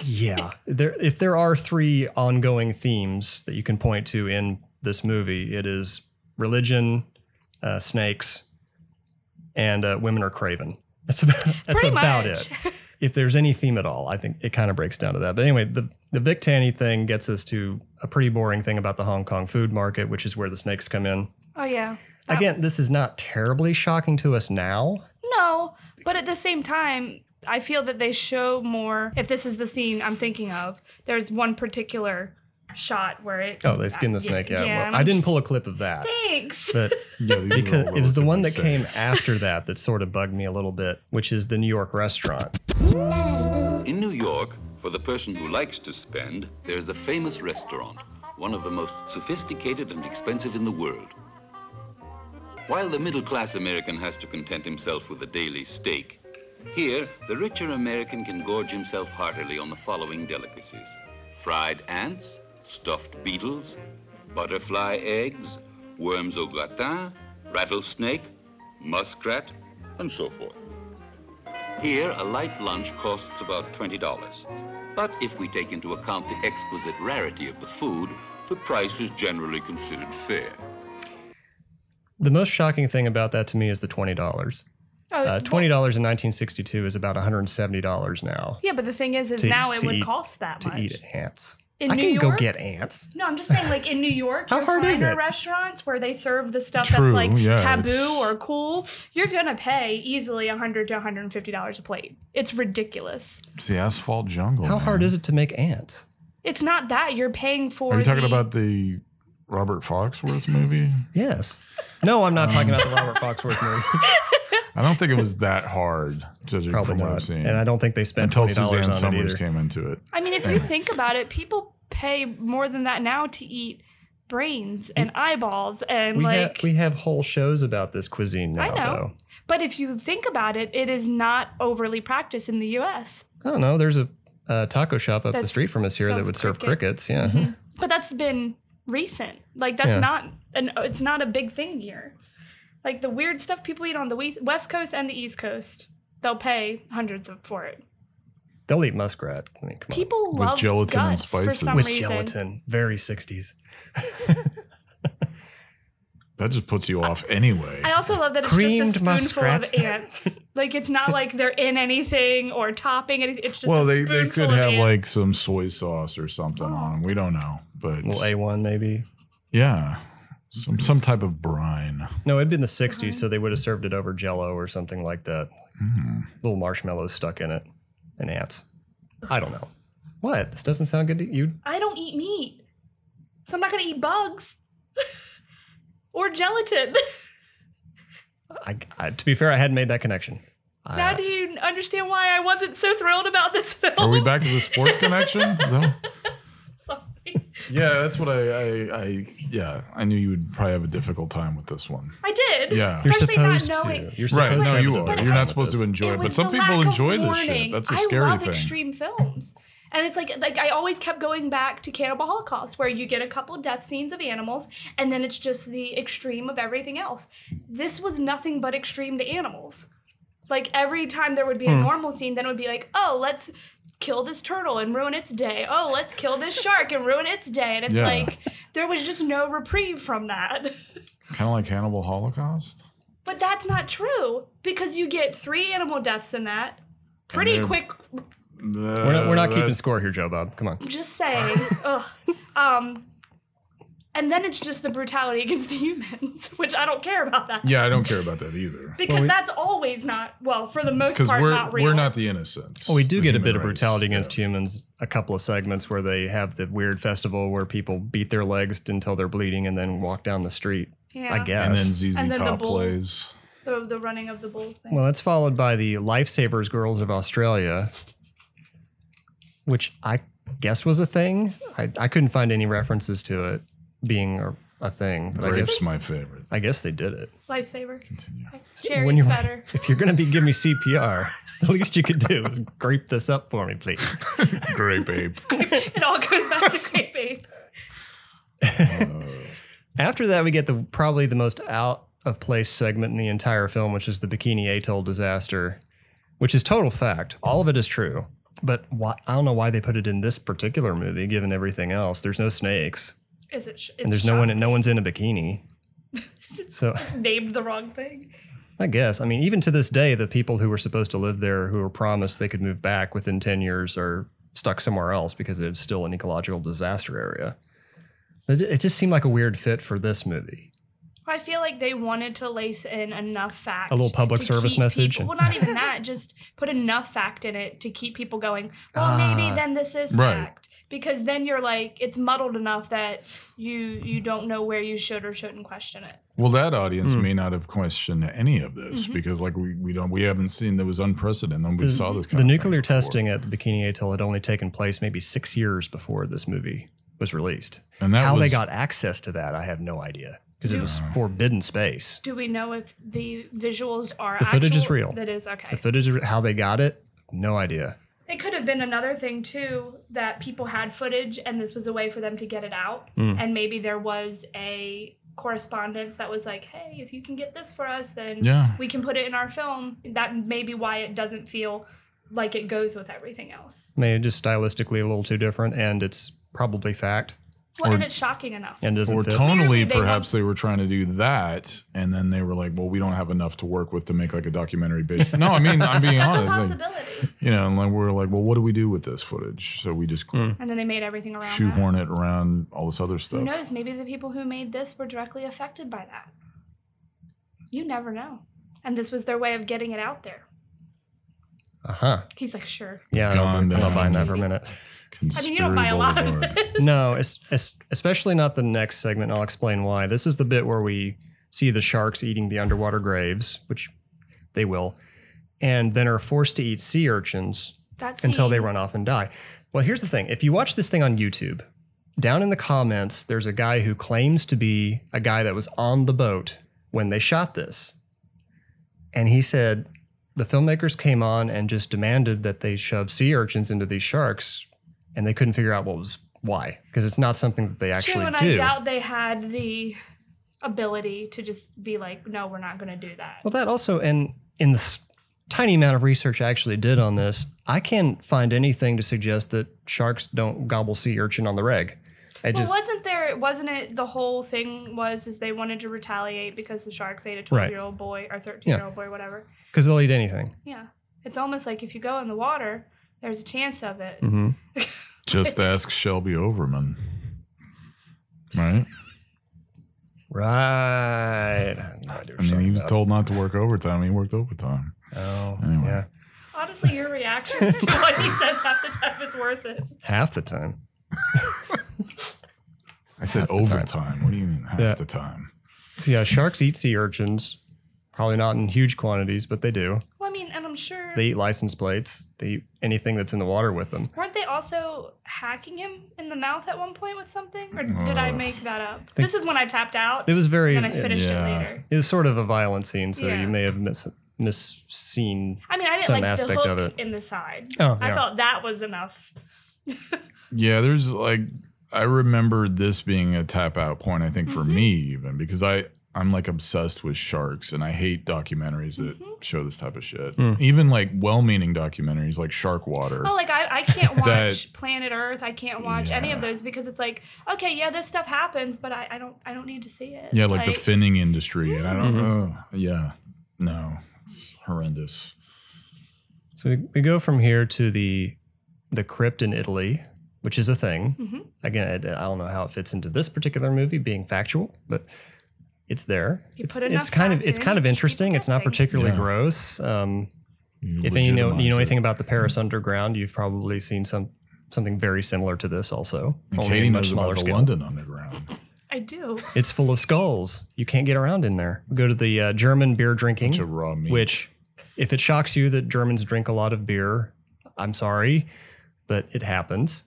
S1: yeah, there. If there are three ongoing themes that you can point to in this movie, it is religion, uh, snakes, and uh, women are craven. That's about. That's
S4: Pretty
S1: about
S4: much.
S1: it. If there's any theme at all, I think it kind of breaks down to that. But anyway, the the Vic Tanny thing gets us to a pretty boring thing about the Hong Kong food market, which is where the snakes come in.
S4: Oh yeah. That-
S1: Again, this is not terribly shocking to us now.
S4: No, but at the same time, I feel that they show more. If this is the scene I'm thinking of, there's one particular shot where it.
S1: Oh, they skin the
S4: Uh, Yeah,
S1: snake. Yeah,
S4: yeah,
S1: well,
S4: and
S1: I
S4: I'm
S1: didn't
S4: just-
S1: pull a clip of that,
S4: Thanks.
S1: but
S3: yeah, these are all
S1: because it was the one that
S3: relatively
S1: came
S3: safe.
S1: after that that sort of bugged me a little bit, which is the New York restaurant.
S2: In New York, for the person who likes to spend, there is a famous restaurant, one of the most sophisticated and expensive in the world. While the middle class American has to content himself with a daily steak, here the richer American can gorge himself heartily on the following delicacies fried ants, stuffed beetles, butterfly eggs, worms au gratin, rattlesnake, muskrat, and so forth. Here, a light lunch costs about $20. But if we take into account the exquisite rarity of the food, the price is generally considered fair.
S1: The most shocking thing about that to me is the twenty dollars.
S4: Oh,
S1: Uh,
S4: well,
S1: twenty dollars in 1962 is about 170 dollars now
S4: Yeah, but the thing is, is
S1: to-
S4: now it
S1: to
S4: would
S1: eat-
S4: cost that
S1: to
S4: much.
S1: eat ants.
S4: In
S1: I
S4: New
S1: can go
S4: York?
S1: get ants.
S4: No, I'm just saying, like in New York,
S1: How
S4: your
S1: hard is
S4: finer
S1: it?
S4: restaurants where they serve the stuff
S3: True,
S4: that's like
S3: yeah,
S4: taboo
S3: it's-
S4: or cool, you're gonna pay easily 100 to 150 dollars a plate. It's ridiculous.
S3: It's the asphalt jungle.
S1: How hard
S3: Oh, man.
S1: is it to make ants?
S4: It's not that you're paying for.
S3: Are you talking
S4: the-
S3: about the Robert Foxworth movie?
S1: Yes. No, I'm not talking
S3: Um,
S1: about the Robert Foxworth movie.
S3: I don't think it was that hard, judging
S1: Probably
S3: from what I've
S1: not.
S3: seen.
S1: And I don't think they spent
S3: Until
S1: twenty dollars
S3: Suzanne
S1: on it
S3: Summers
S1: either.
S3: came into it.
S4: I mean, if you think about it, people pay more than that now to eat brains and eyeballs and
S1: We, ha-
S4: like.
S1: we have whole shows about this cuisine now,
S4: I know.
S1: though.
S4: But if you think about it, it is not overly practiced in the U.S.
S1: I don't know. There's a uh, taco shop up the
S4: That's-
S1: street from us here that
S4: sounds
S1: would serve
S4: cricket. Mm-hmm.
S1: crickets. Yeah.
S3: Mm-hmm.
S4: But that's been recent. Like that's
S1: Yeah.
S4: not an it's not a big thing here. Like the weird stuff people eat on the we- West Coast and the East Coast, they'll pay hundreds of for it.
S1: They'll eat muskrat. I mean, come
S4: People
S3: With
S4: love
S3: gelatin and
S4: guts for
S3: spices.
S1: on.
S4: some
S1: With
S4: reason.
S1: gelatin. Very 60s.
S3: That just puts you off anyway.
S4: I also love that it's
S1: Creamed
S4: just a spoonful
S1: muskrat.
S4: of ants. like it's not like they're in anything or topping anything. It's just
S3: well,
S4: a
S3: they,
S4: spoonful
S3: they could
S4: of
S3: have
S4: ants.
S3: like some soy sauce or something
S4: Oh.
S3: on them. We don't know, but
S1: Well, A1 maybe.
S3: yeah, some some type of brine.
S1: No, it'd been the 60s,
S4: Uh-huh.
S1: so they would have served it over jello or something like that.
S3: Hmm.
S1: Little marshmallows stuck in it and ants. I don't know. What? This doesn't sound good to you?
S4: I don't eat meat, so I'm not gonna eat bugs or gelatin.
S1: I, I, to be fair, I hadn't made that connection.
S3: Uh,
S1: I-
S4: Now do you understand why I wasn't so thrilled about this film?
S3: Are we back to the sports connection? Is that-
S4: Sorry.
S3: Yeah, that's what I, I I yeah. I knew you would probably have a difficult time with this one.
S4: I did.
S3: Yeah.
S1: you're
S4: Especially not
S1: supposed
S4: knowing-
S1: to. You're supposed
S3: Right.
S1: to
S3: No,
S1: have a
S3: you
S1: difficult
S3: are.
S1: time
S3: You're not
S1: with
S3: supposed
S1: this.
S3: to enjoy
S4: It
S3: it,
S4: was
S3: but some
S4: the lack
S3: people
S4: of
S3: enjoy this
S4: warning.
S3: shit. That's a
S4: I
S3: scary
S4: love
S3: thing.
S4: extreme films. And it's like like I always kept going back to Cannibal Holocaust, where you get a couple death scenes of animals, and then it's just the extreme of everything else. This was nothing but extreme to animals. Like every time there would be a
S1: Hmm.
S4: normal scene, then it would be like, oh, let's kill this turtle and ruin its day. Oh, let's kill this shark and ruin its day. And it's
S3: Yeah.
S4: like there was just no reprieve from that.
S3: Kind of like Hannibal Holocaust.
S4: But that's not true because you get three animal deaths in that pretty
S3: they're-
S4: quick.
S1: We're not, we're not keeping score here, Joe Bob. Come on.
S4: I'm just saying. Ugh. Um, And then it's just the brutality against the humans, which I don't care about that.
S3: Yeah, I don't care about that either.
S4: Because
S1: Well, we-
S4: that's always not, well, for the most
S3: Because
S4: part,
S3: we're
S4: not real.
S3: we're not the innocents.
S1: Well, we do
S3: the
S1: get a
S3: human
S1: bit of
S3: race.
S1: brutality
S3: Yeah.
S1: against humans. A couple of segments where they have the weird festival where people beat their legs until they're bleeding and then walk down the street.
S4: yeah,
S1: I guess.
S3: And then ZZ
S4: And then the
S3: Top
S4: bull.
S3: plays.
S4: The, the running of the bulls thing.
S1: Well, that's followed by the Lifesavers Girls of Australia, which I guess was a thing. I, I couldn't find any references to it being a, a thing, but I guess
S3: Grape's my favorite.
S1: I guess they did it.
S4: Lifesaver.
S3: Continue.
S4: Cherry's
S1: When you-
S4: better.
S1: If you're gonna be giving me CPR, the least you could do is grape this up for me, please.
S3: Grape ape.
S4: it all goes back to Great Babe.
S3: Uh,
S1: After that, we get the probably the most out of place segment in the entire film, which is the Bikini Atoll disaster, which is total fact. All of it is true. But why, I don't know why they put it in this particular movie, given everything else. There's no snakes,
S4: Is it? Sh- it's
S1: and there's no one.
S4: shocking.
S1: No one's in a bikini. So
S4: Just named the wrong thing.
S1: I guess I mean, even to this day, the people who were supposed to live there, who were promised they could move back within ten years, are stuck somewhere else because it's still an ecological disaster area. It, it just seemed like a weird fit for this movie.
S4: I feel like they wanted to lace in enough fact.
S1: A little public
S4: to
S1: service
S4: keep
S1: message.
S4: People, well, not even that. Just put enough fact in it to keep people going. Well,
S1: Ah,
S4: maybe then this is
S3: right.
S4: fact. Because then you're like, it's muddled enough that you you don't know where you should or shouldn't question it.
S3: well, that audience
S1: Hmm.
S3: may not have questioned any of this
S4: Mhm.
S3: because, like, we, we don't we haven't seen that was unprecedented. and We
S1: The-
S3: saw this. Kind
S1: the
S3: of thing
S1: nuclear
S3: before.
S1: testing at the Bikini Atoll had only taken place maybe six years before this movie was released.
S3: and that
S1: How they
S3: was-
S1: got access to that, I have no idea, because it was
S3: Yeah.
S1: forbidden space.
S4: Do we know if the visuals are
S1: The footage is
S4: actual?
S1: real.
S4: That is okay.
S1: The footage, of how they got it, no idea.
S4: It could have been another thing too that people had footage and this was a way for them to get it out.
S1: Mm.
S4: And maybe there was a correspondence that was like, hey, if you can get this for us, then
S3: Yeah.
S4: we can put it in our film. That may be why it doesn't feel like it goes with everything else.
S1: I mean, just stylistically a little too different, and it's probably fact
S4: Well,
S3: Or-
S4: and it's shocking enough.
S1: and doesn't
S3: Or
S1: fit.
S4: Clearly
S3: tonally,
S4: they
S3: perhaps they were trying to do that, and then they were like, "Well, we don't have enough to work with to make like a documentary based." no, I mean, I'm being
S4: That's a
S3: honest. Like,
S4: possibility.
S3: you know, and like we're like, "Well, what do we do with this footage?" So we just
S1: Hmm.
S4: And then they made everything around that.
S3: shoehorn it around all this other
S4: Who
S3: stuff.
S4: knows? Maybe the people who made this were directly affected by that. You never know. And this was their way of getting it out there.
S1: Uh huh.
S4: He's like, sure.
S1: Yeah, I don't, I'm
S3: Gone
S1: not
S3: down.
S1: buying that for a minute.
S4: I mean, you don't buy a
S3: Conspiracy
S4: lot of
S3: Boulevard.
S4: it.
S1: No, it's, it's especially not the next segment. and I'll explain why. This is the bit where we see the sharks eating the underwater graves, which they will, and then are forced to eat sea urchins
S4: That's
S1: until they run off and die. Well, here's the thing if you watch this thing on YouTube, down in the comments, there's a guy who claims to be a guy that was on the boat when they shot this. And he said the filmmakers came on and just demanded that they shove sea urchins into these sharks, and they couldn't figure out what was why because it's not something that they
S4: True,
S1: actually
S4: and I
S1: do.
S4: doubt they had the ability to just be like, no, we're not going to do that.
S1: Well, that also, and in the s- tiny amount of research I actually did on this, I can't find anything to suggest that sharks don't gobble sea urchin on the reg. I
S4: Well,
S1: just
S4: wasn't there? Wasn't it the whole thing was is they wanted to retaliate because the sharks ate a
S1: Right.
S4: twelve-year-old boy or thirteen-year-old boy, whatever.
S1: because they'll eat anything.
S4: Yeah, it's almost like if you go in the water, there's a chance of it.
S1: Mm-hmm.
S3: Just ask Shelby Overman. Right?
S1: Right. I, had no idea
S3: I
S1: what you're
S3: mean, he
S1: talking
S3: was
S1: about.
S3: told not to work overtime. He worked overtime.
S1: Oh,
S3: Anyway.
S1: yeah.
S4: Honestly, your reaction to what he says half the time is worth it.
S1: Half the time.
S3: I said
S1: Half the time.
S3: overtime. What do you mean half
S1: Yeah.
S3: the time?
S1: So yeah, sharks eat sea urchins. Probably not in huge quantities, but they do.
S4: Well, I mean, and I'm sure
S1: They eat license plates. They eat anything that's in the water with them.
S4: Weren't they also hacking him in the mouth at one point with something? Or did I
S3: Uh,
S4: make that up?
S1: think-
S4: This is when I tapped out
S1: It
S4: and
S1: was very.
S4: I
S1: It,
S4: finished
S3: yeah.
S4: it later.
S1: it was sort of a violent scene, so
S4: Yeah.
S1: you may have mis miss seen.
S4: I mean, I didn't
S1: Some
S4: like the
S1: aspect
S4: hook
S1: of it.
S4: in the side.
S1: Oh
S4: I thought that was enough.
S3: Yeah, there's like, I remember this being a tap out point, I think, for
S4: Mhm.
S3: me, even because I. I'm like obsessed with sharks and I hate documentaries that
S4: Mhm.
S3: show this type of shit.
S1: Hmm.
S3: Even like well meaning documentaries like Shark Water.
S4: Well, like I, I can't watch
S3: That-
S4: Planet Earth. I can't watch any of
S3: Yeah.
S4: those because it's like, okay, yeah, this stuff happens, but I, I don't I don't need to see it.
S3: yeah, like, the finning industry. And I
S1: Mhm.
S3: don't know. Yeah. No, it's horrendous.
S1: So we, we go from here to the the crypt in Italy, which is a thing.
S4: Mhm.
S1: Again, I, I don't know how it fits into this particular movie being factual, but it's there.
S4: You
S1: it's
S4: put
S1: it's
S4: enough
S1: kind of
S4: fact
S1: it's
S4: in,
S1: kind of
S4: you keep
S1: interesting. It's not
S4: guessing.
S1: particularly
S3: Yeah.
S1: gross. Um, if you know you know anything about the
S4: Mm-hmm.
S1: Paris Underground, you've probably seen some something very similar to this also.
S3: And
S1: only
S3: Katie
S1: in much
S3: knows
S1: smaller
S3: about the
S1: scale.
S3: London Underground.
S4: I do.
S3: Oh.
S1: It's full of skulls. You can't get around in there. Go to the uh, German beer drinking,
S3: Bunch of raw meat.
S1: which, if it shocks you that Germans drink a lot of beer, I'm sorry, but it happens.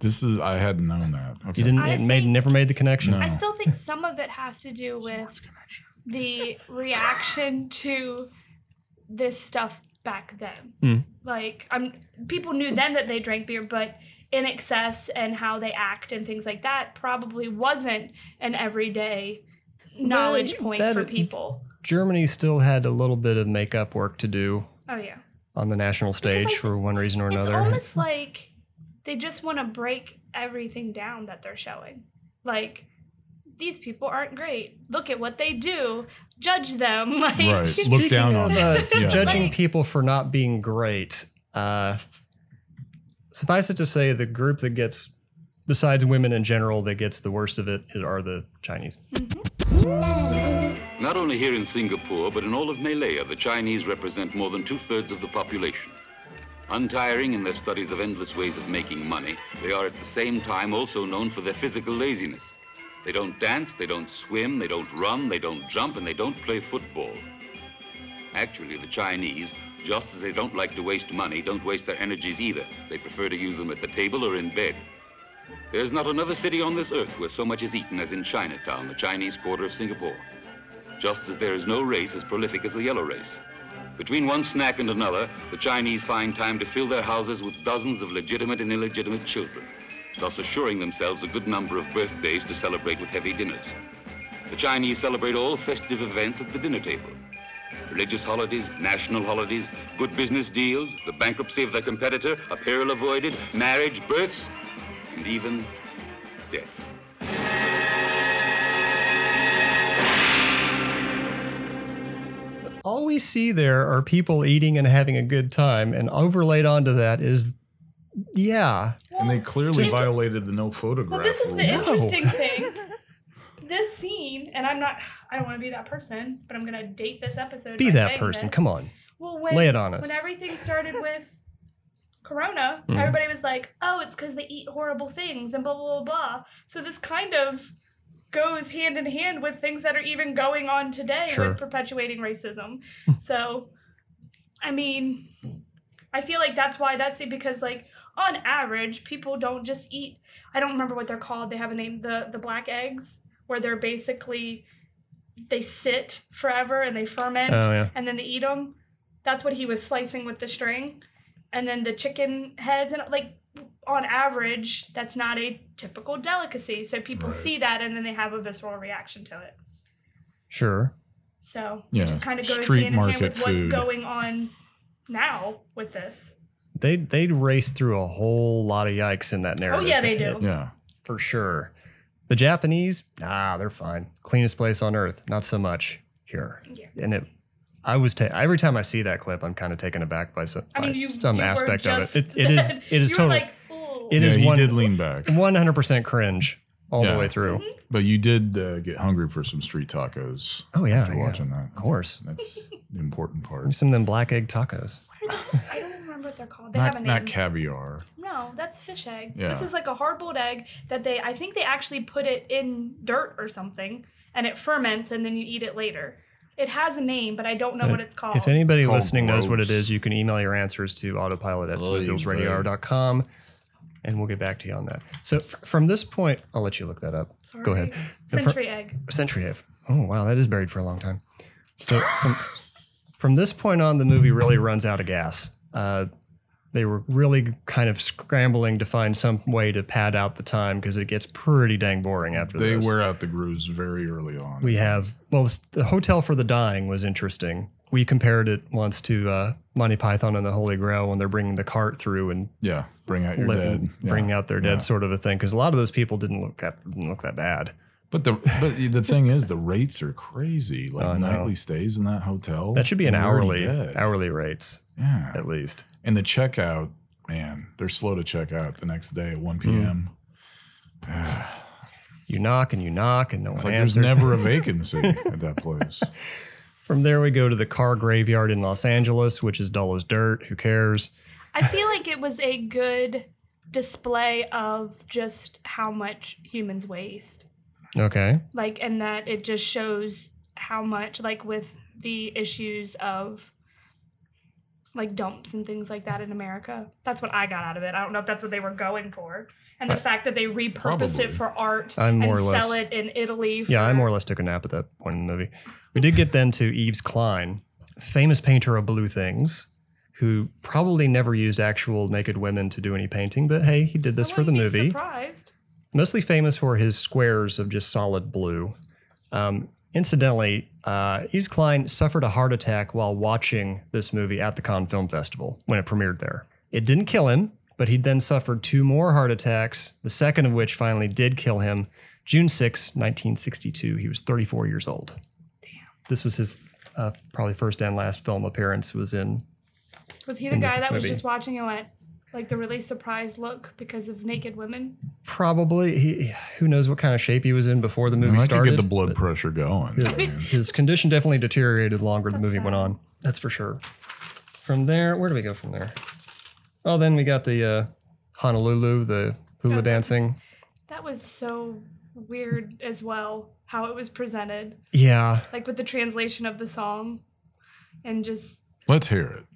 S3: this is I hadn't known that. Okay.
S1: You didn't.
S4: I
S1: it made
S4: think-
S1: never made the connection.
S3: No.
S4: I still think some of it has to do with the reaction to this stuff back then.
S3: Hmm.
S1: Mm.
S4: Like, um, people knew then that they drank beer, but in excess and how they act and things like that probably wasn't an everyday knowledge
S1: Well,
S4: point
S1: that-
S4: for people.
S1: Germany still had a little bit of makeup work to do
S4: Oh yeah,
S1: on the national stage
S4: I-
S1: for one reason or
S4: it's
S1: another.
S4: almost like they just want to break everything down that they're showing. Like. These people aren't great. Look at what they do. Judge them. Like,
S3: Right. Look down on
S1: uh,
S3: them. Yeah.
S1: judging
S4: Like-
S1: people for not being great. Uh, suffice it to say, the group that gets, besides women in general, that gets the worst of it are the Chinese.
S2: Not only here in Singapore, but in all of Malaya, the Chinese represent more than two thirds of the population. Untiring in their studies of endless ways of making money, they are at the same time also known for their physical laziness. They don't dance, they don't swim, they don't run, they don't jump, and they don't play football. Actually, the Chinese, just as they don't like to waste money, don't waste their energies either. They prefer to use them at the table or in bed. There's not another city on this earth where so much is eaten as in Chinatown, the Chinese quarter of Singapore just as there is no race as prolific as the yellow race. Between one snack and another, the Chinese find time to fill their houses with dozens of legitimate and illegitimate children, thus assuring themselves a good number of birthdays to celebrate with heavy dinners. The Chinese celebrate all festive events at the dinner table. Religious holidays, national holidays, good business deals, the bankruptcy of their competitor, apparel avoided, marriage, births, and even death.
S1: All we see there are people eating and having a good time, and overlaid onto that is, yeah,
S3: and they clearly
S1: Just-
S3: violated the no photograph
S4: Well, this is
S3: rule.
S4: the
S1: No.
S4: interesting thing. This scene, and I'm not, I don't want to be that person, but I'm going to date this episode.
S1: be
S4: by
S1: that
S4: saying
S1: person.
S4: this.
S1: Come on,
S4: Well, when,
S1: lay it on us.
S4: When everything started with Corona,
S1: Mhm.
S4: everybody was like, oh, it's because they eat horrible things and blah, blah, blah, blah. So this kind of goes hand in hand with things that are even going on today
S1: Sure.
S4: with perpetuating racism. so, I mean, I feel like that's why that's it because, like, on average, people don't just eat. I don't remember what they're called. They have a name. The the black eggs, where they're basically they sit forever and they ferment,
S1: Oh, yeah.
S4: and then they eat them. That's what he was slicing with the string, and then the chicken heads and like on average, that's not a typical delicacy. So people
S3: Right.
S4: see that and then they have a visceral reaction to it.
S1: Sure.
S4: So
S3: Yeah,
S4: it just kind of goes
S3: street
S4: hand in hand
S3: market
S4: with what's
S3: food.
S4: going on now with this.
S1: They they race through a whole lot of yikes in that
S4: Oh
S1: narrative.
S4: yeah, they do.
S3: Yeah.
S1: for sure. The Japanese, ah, they're fine. Cleanest place on earth. Not so much here.
S4: Yeah.
S1: And it, I was ta- every time I see that clip, I'm kind of taken aback by some,
S4: I mean,
S1: by
S4: you
S1: some
S4: you were
S1: aspect of it.
S4: just
S1: It, it is it is
S4: you
S1: totally
S4: Were like, "Ooh."
S1: It
S3: yeah,
S1: is
S3: he
S1: one-
S3: did lean back,
S1: 100% cringe all
S3: Yeah.
S1: the way
S4: Mm-hmm.
S1: through.
S3: but you did uh, get hungry for some street tacos.
S4: Mm-hmm.
S1: Oh yeah,
S3: after
S1: yeah,
S3: watching that.
S1: of course.
S3: That's the important
S1: Maybe
S3: part.
S1: Some of them black egg tacos.
S4: I don't remember what they're called. They have a
S3: Not,
S4: name.
S3: not caviar.
S4: No, that's fish eggs.
S3: Yeah.
S4: This is like a hard boiled egg that they, I think they actually put it in dirt or something and it ferments and then you eat it later. It has a name, but I don't know
S1: Uh,
S4: what it's called.
S1: If anybody
S3: It's called
S1: listening knows what it
S3: gross.
S1: is, you can email your answers to autopilot at
S3: Oy
S1: smoothrillsradiohour.com, and we'll get back to you on that. So f- from this point, I'll let you look that up.
S4: Sorry.
S1: Go ahead. The fir-
S4: Century egg.
S1: Century Egg. Oh wow, that is buried for a long time. So from from this point on, the movie really runs out of gas. Uh, they were really kind of scrambling to find some way to pad out the time because it gets pretty dang boring after
S3: They
S1: this.
S3: wear out the grooves very early on.
S1: We have well, the Hotel for the Dying was interesting. We compared it once to uh, Monty Python and the Holy Grail when they're bringing the cart through and
S3: yeah, bring out your
S1: letting-
S3: dead. Yeah.
S1: bringing out their dead,
S3: Yeah.
S1: sort of a thing. Because a lot of those people didn't look that didn't look that bad.
S3: But the but the thing is, the rates are crazy. Like
S1: I know.
S3: nightly stays in that hotel.
S1: That should be an
S3: you're already
S1: hourly
S3: dead.
S1: hourly rates
S3: Yeah,
S1: at least.
S3: and the checkout man, they're slow to check out the next day at 1
S1: Hmm.
S3: p.m.
S1: You knock and you knock, and no
S3: It's
S1: one
S3: like
S1: answers.
S3: there's never a vacancy at that place.
S1: From there, we go to the car graveyard in Los Angeles, which is dull as dirt. Who cares?
S4: I feel like it was a good display of just how much humans waste.
S1: Okay.
S4: Like, and that it just shows how much, like, with the issues of like dumps and things like that in America. That's what I got out of it. I don't know if that's what they were going for. And the
S1: I-
S4: fact that they repurpose
S3: Probably.
S4: it for art
S1: I'm more
S4: and
S1: or less-
S4: sell it in Italy. For,
S1: Yeah, I more or less took a nap at that point in the movie. We did get then to Yves Klein, famous painter of blue things, who probably never used actual naked women to do any painting, but hey, he did this
S4: I
S1: for the
S4: wouldn't be
S1: movie.
S4: Surprised.
S1: Mostly famous for his squares of just solid blue. Um, incidentally, uh, Yves Klein suffered a heart attack while watching this movie at the Cannes Film Festival when it premiered there. It didn't kill him, but he then suffered two more heart attacks, the second of which finally did kill him. June 6, 1962, he was 34 years old. Damn. This was his uh, probably first and last film appearance was in.
S4: Was he the
S1: in this
S4: guy that was
S1: movie.
S4: just watching and went like the really surprised look because of naked women?
S1: Probably he, who knows what kind of shape he was in before the movie
S3: I could
S1: started.
S3: get the blood
S1: but-
S3: pressure going.
S1: His, his condition definitely deteriorated the longer the
S4: That's
S1: movie went
S4: sad.
S1: on. That's for sure. From there, where do we go from there? Oh, then we got the uh, Honolulu, the hula
S4: Okay.
S1: dancing.
S4: That was so weird as well how it was presented,
S1: Yeah,
S4: like with the translation of the song, and just
S3: Let's hear it.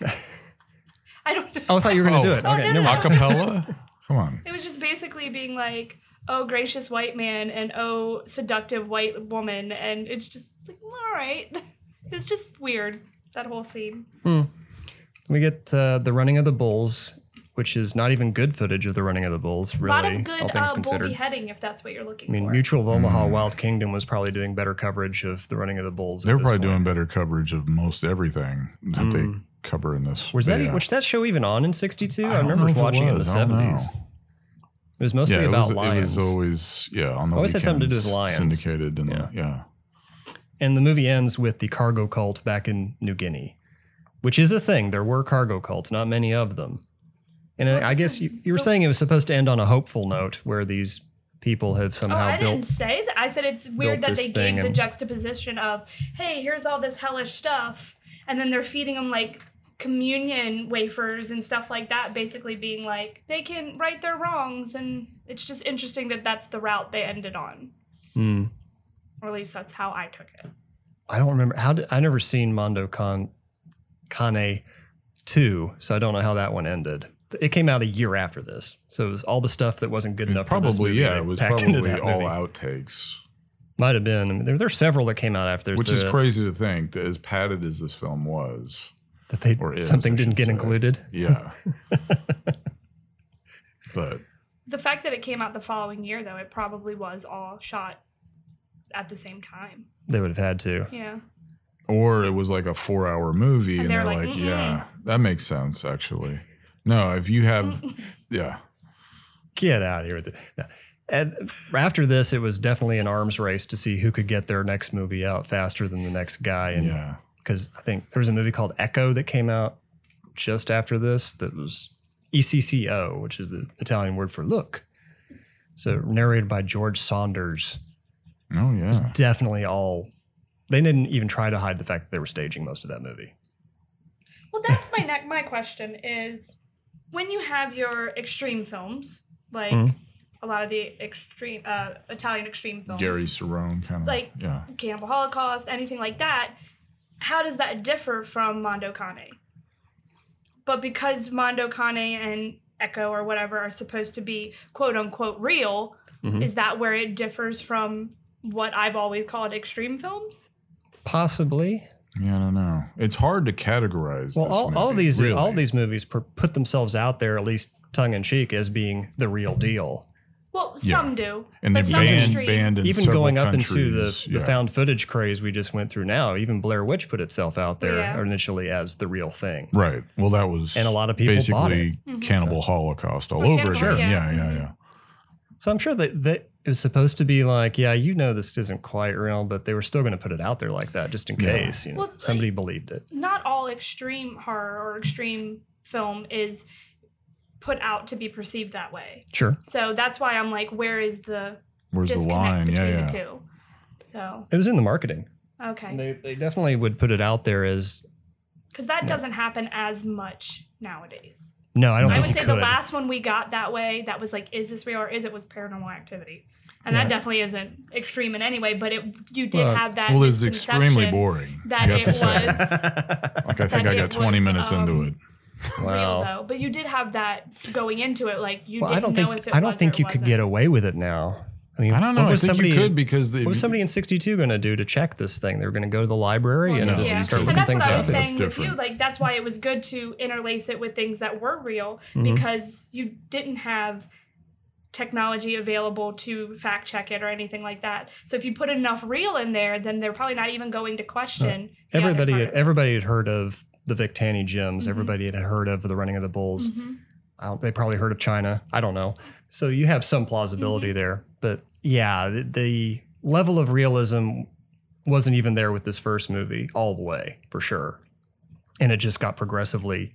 S4: I don't know.
S1: Oh, I thought you were gonna do
S3: Oh.
S1: it.
S4: Oh,
S1: Okay, never
S4: no, no,
S1: mind.
S4: no.
S3: Acapella? Come on.
S4: It was just basically being like, "Oh gracious white man" and "Oh seductive white woman," and it's just like, all right, it's just weird that whole scene.
S1: We get uh, the running of the bulls, which is not even good footage of the running of the bulls, really.
S4: a lot of
S1: all
S4: good
S1: things
S4: uh, bull
S1: considered.
S4: beheading if that's what you're looking
S1: I mean,
S4: for.
S1: Mutual of Omaha,
S3: Mm.
S1: Wild Kingdom was probably doing better coverage of the running of the bulls. at
S3: They're
S1: this
S3: probably
S1: point.
S3: doing better coverage of most everything that
S1: Mm.
S3: they cover in this.
S1: Was that e-,
S3: yeah.
S1: was that show even on in '62?
S3: I
S1: I,
S3: don't
S1: remember
S3: know if it
S1: watching it in the
S3: was. I don't
S1: '70s.
S3: know.
S1: It was mostly
S3: yeah, it
S1: about
S3: was,
S1: lions.
S3: It was always yeah on the
S1: Always had something to do with
S3: weekends,
S1: lions.
S3: syndicated and
S1: Yeah.
S3: yeah. yeah.
S1: and the movie ends with the cargo cult back in New Guinea, which is a thing. There were cargo cults, not many of them. And
S4: Well,
S1: I, I guess
S4: that's
S1: you,
S4: a-
S1: you were saying it was supposed to end on a hopeful note where these people have
S4: Oh,
S1: somehow
S4: I
S1: built.
S4: didn't say that. I said it's
S1: built
S4: weird that
S1: this
S4: they
S1: thing
S4: gave the
S1: and-
S4: juxtaposition of, hey, here's all this hellish stuff, and then they're feeding them like communion wafers and stuff like that, basically being like they can right their wrongs, and it's just interesting that that's the route they ended on,
S1: Hmm.
S4: or at least that's how I took it.
S1: I don't remember how did, I never seen Mondo Con Kane two, so I don't know how that one ended. It came out a year after this, so it was all the stuff that wasn't good
S3: It
S1: enough. for this
S3: Mm, probably
S1: movie,
S3: yeah,
S1: they
S3: it was
S1: packed into
S3: probably
S1: that
S3: all
S1: movie.
S3: outtakes,
S1: Might have been. I mean, there, there are several that came out after.
S3: which
S1: the,
S3: is crazy to think that as padded as this film was.
S1: that they
S3: or is,
S1: something
S3: I
S1: didn't
S3: should
S1: get
S3: say.
S1: included.
S3: Yeah. but
S4: The fact that it came out the following year, though, it probably was all shot at the same time.
S1: They would have had to.
S4: Yeah.
S3: or it was like a four hour movie
S4: And
S3: and,
S4: they're
S3: they're
S4: like,
S3: like,
S4: "Mm-mm."
S3: yeah, that makes sense actually. No, if you have yeah.
S1: Get out of here with it. No. And after this, it was definitely an arms race to see who could get their next movie out faster than the next guy. And
S3: Yeah.
S1: because I think there was a movie called Echo that came out just after this that was E ECCO, which is the Italian word for look. So narrated by George Saunders.
S3: Oh
S1: It was
S3: yeah.
S1: definitely all. They didn't even try to hide the fact that they were staging most of that movie.
S4: Well, that's my next my question is when you have your extreme films like
S1: Mhm.
S4: a lot of the extreme uh, Italian extreme films,
S3: Gary Cerrone kind of
S4: Like-
S3: yeah.
S4: Cannibal Holocaust, anything like that. How does that differ from Mondo Kane? But because Mondo Kane and Echo or whatever are supposed to be quote unquote real,
S3: Mm-hmm.
S1: Mhm.
S4: is that where it differs from what I've always called extreme films?
S1: Possibly.
S3: Yeah, I don't know. It's hard to categorize.
S1: Well,
S3: this
S1: all, all
S3: movie,
S1: these
S3: really.
S1: all these movies per, put themselves out there, at least tongue in cheek, as being the real deal.
S4: Well,
S3: Yeah.
S4: some do.
S3: and they
S4: but some
S3: banned
S4: extreme-
S3: banned in
S1: even
S3: several
S1: going up into
S3: countries.
S1: the, the
S3: Yeah.
S1: found footage craze we just went through now, even Blair Witch put itself out there
S4: Yeah.
S1: initially as the real thing.
S3: right. Well, that was
S1: And a lot of people
S3: basically
S1: bought it.
S4: Mhm.
S3: Cannibal Holocaust all
S4: Oh,
S3: over
S4: Cannibal,
S3: again.
S4: yeah.
S3: Yeah, yeah, yeah.
S4: Mhm.
S1: So I'm sure that, that it was supposed to be like, yeah, you know, this isn't quite real, but they were still going to put it out there like that just in
S3: Yeah.
S1: case you know,
S4: Well,
S1: somebody believed it.
S4: not all extreme horror or extreme film is put out to be perceived that way.
S1: Sure.
S4: So that's why I'm like, where is the
S3: Where's the
S4: disconnect
S3: line?
S4: between
S3: Yeah,
S4: the
S3: yeah.
S4: two? So
S1: It was in the marketing.
S4: okay,
S1: They, they definitely would put it out there as
S4: because that doesn't happen as much nowadays.
S1: no. I don't
S4: I
S1: think
S4: would
S1: you
S4: say
S1: could.
S4: the last one we got that way that was like, is this real or is it was paranormal activity? And
S1: Yeah.
S4: that definitely isn't extreme in any way, but it you did have that.
S3: well, it was extremely
S4: misconception
S3: boring.
S4: that
S3: you have
S4: it
S3: to say.
S4: was-
S3: Like I think
S4: that
S3: I
S4: it
S3: got 20
S4: was,
S3: minutes into
S4: um,
S3: it.
S4: Real though, but you did have that going into it, like you
S1: Well,
S4: didn't
S1: I don't
S4: know
S1: think
S4: if it
S1: I don't
S4: was
S1: think
S4: or
S1: you could get
S4: wasn't.
S1: away with it now. I mean,
S3: I
S1: what
S3: don't know. I
S1: was
S3: think
S1: somebody,
S3: you could because the,
S1: What was somebody in '62 going to do to check this thing? They were going to go to the library
S4: Well,
S1: and
S3: No,
S1: just
S3: you
S1: start
S3: couldn't.
S4: and
S1: looking
S4: that's
S1: things
S4: what I
S1: up.
S4: was
S3: up. That's
S4: saying with you.
S3: different.
S4: Like that's why it was good to interlace it with things that were real
S1: Mhm.
S4: because you didn't have technology available to fact check it or anything like that. So if you put enough real in there, then they're probably not even going to question. the other
S1: everybody,
S4: part
S1: had,
S4: of it.
S1: everybody had heard of the Victani gyms.
S4: Mhm.
S1: Everybody had heard of the running of the bulls.
S4: Mhm.
S1: I don't- they probably heard of China. I don't know. So you have some plausibility there, but yeah, the, the level of realism wasn't even there with this first movie all the way for sure, and it just got progressively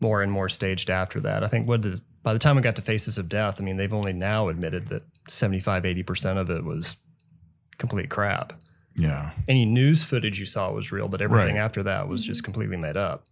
S1: more and more staged after that. I think what the, by the time we got to Faces of Death, I mean they've only now admitted that 75 80 percent of it was complete crap.
S3: Yeah.
S1: Any news footage you saw was real, but everything
S3: Right.
S1: after that was just completely made up.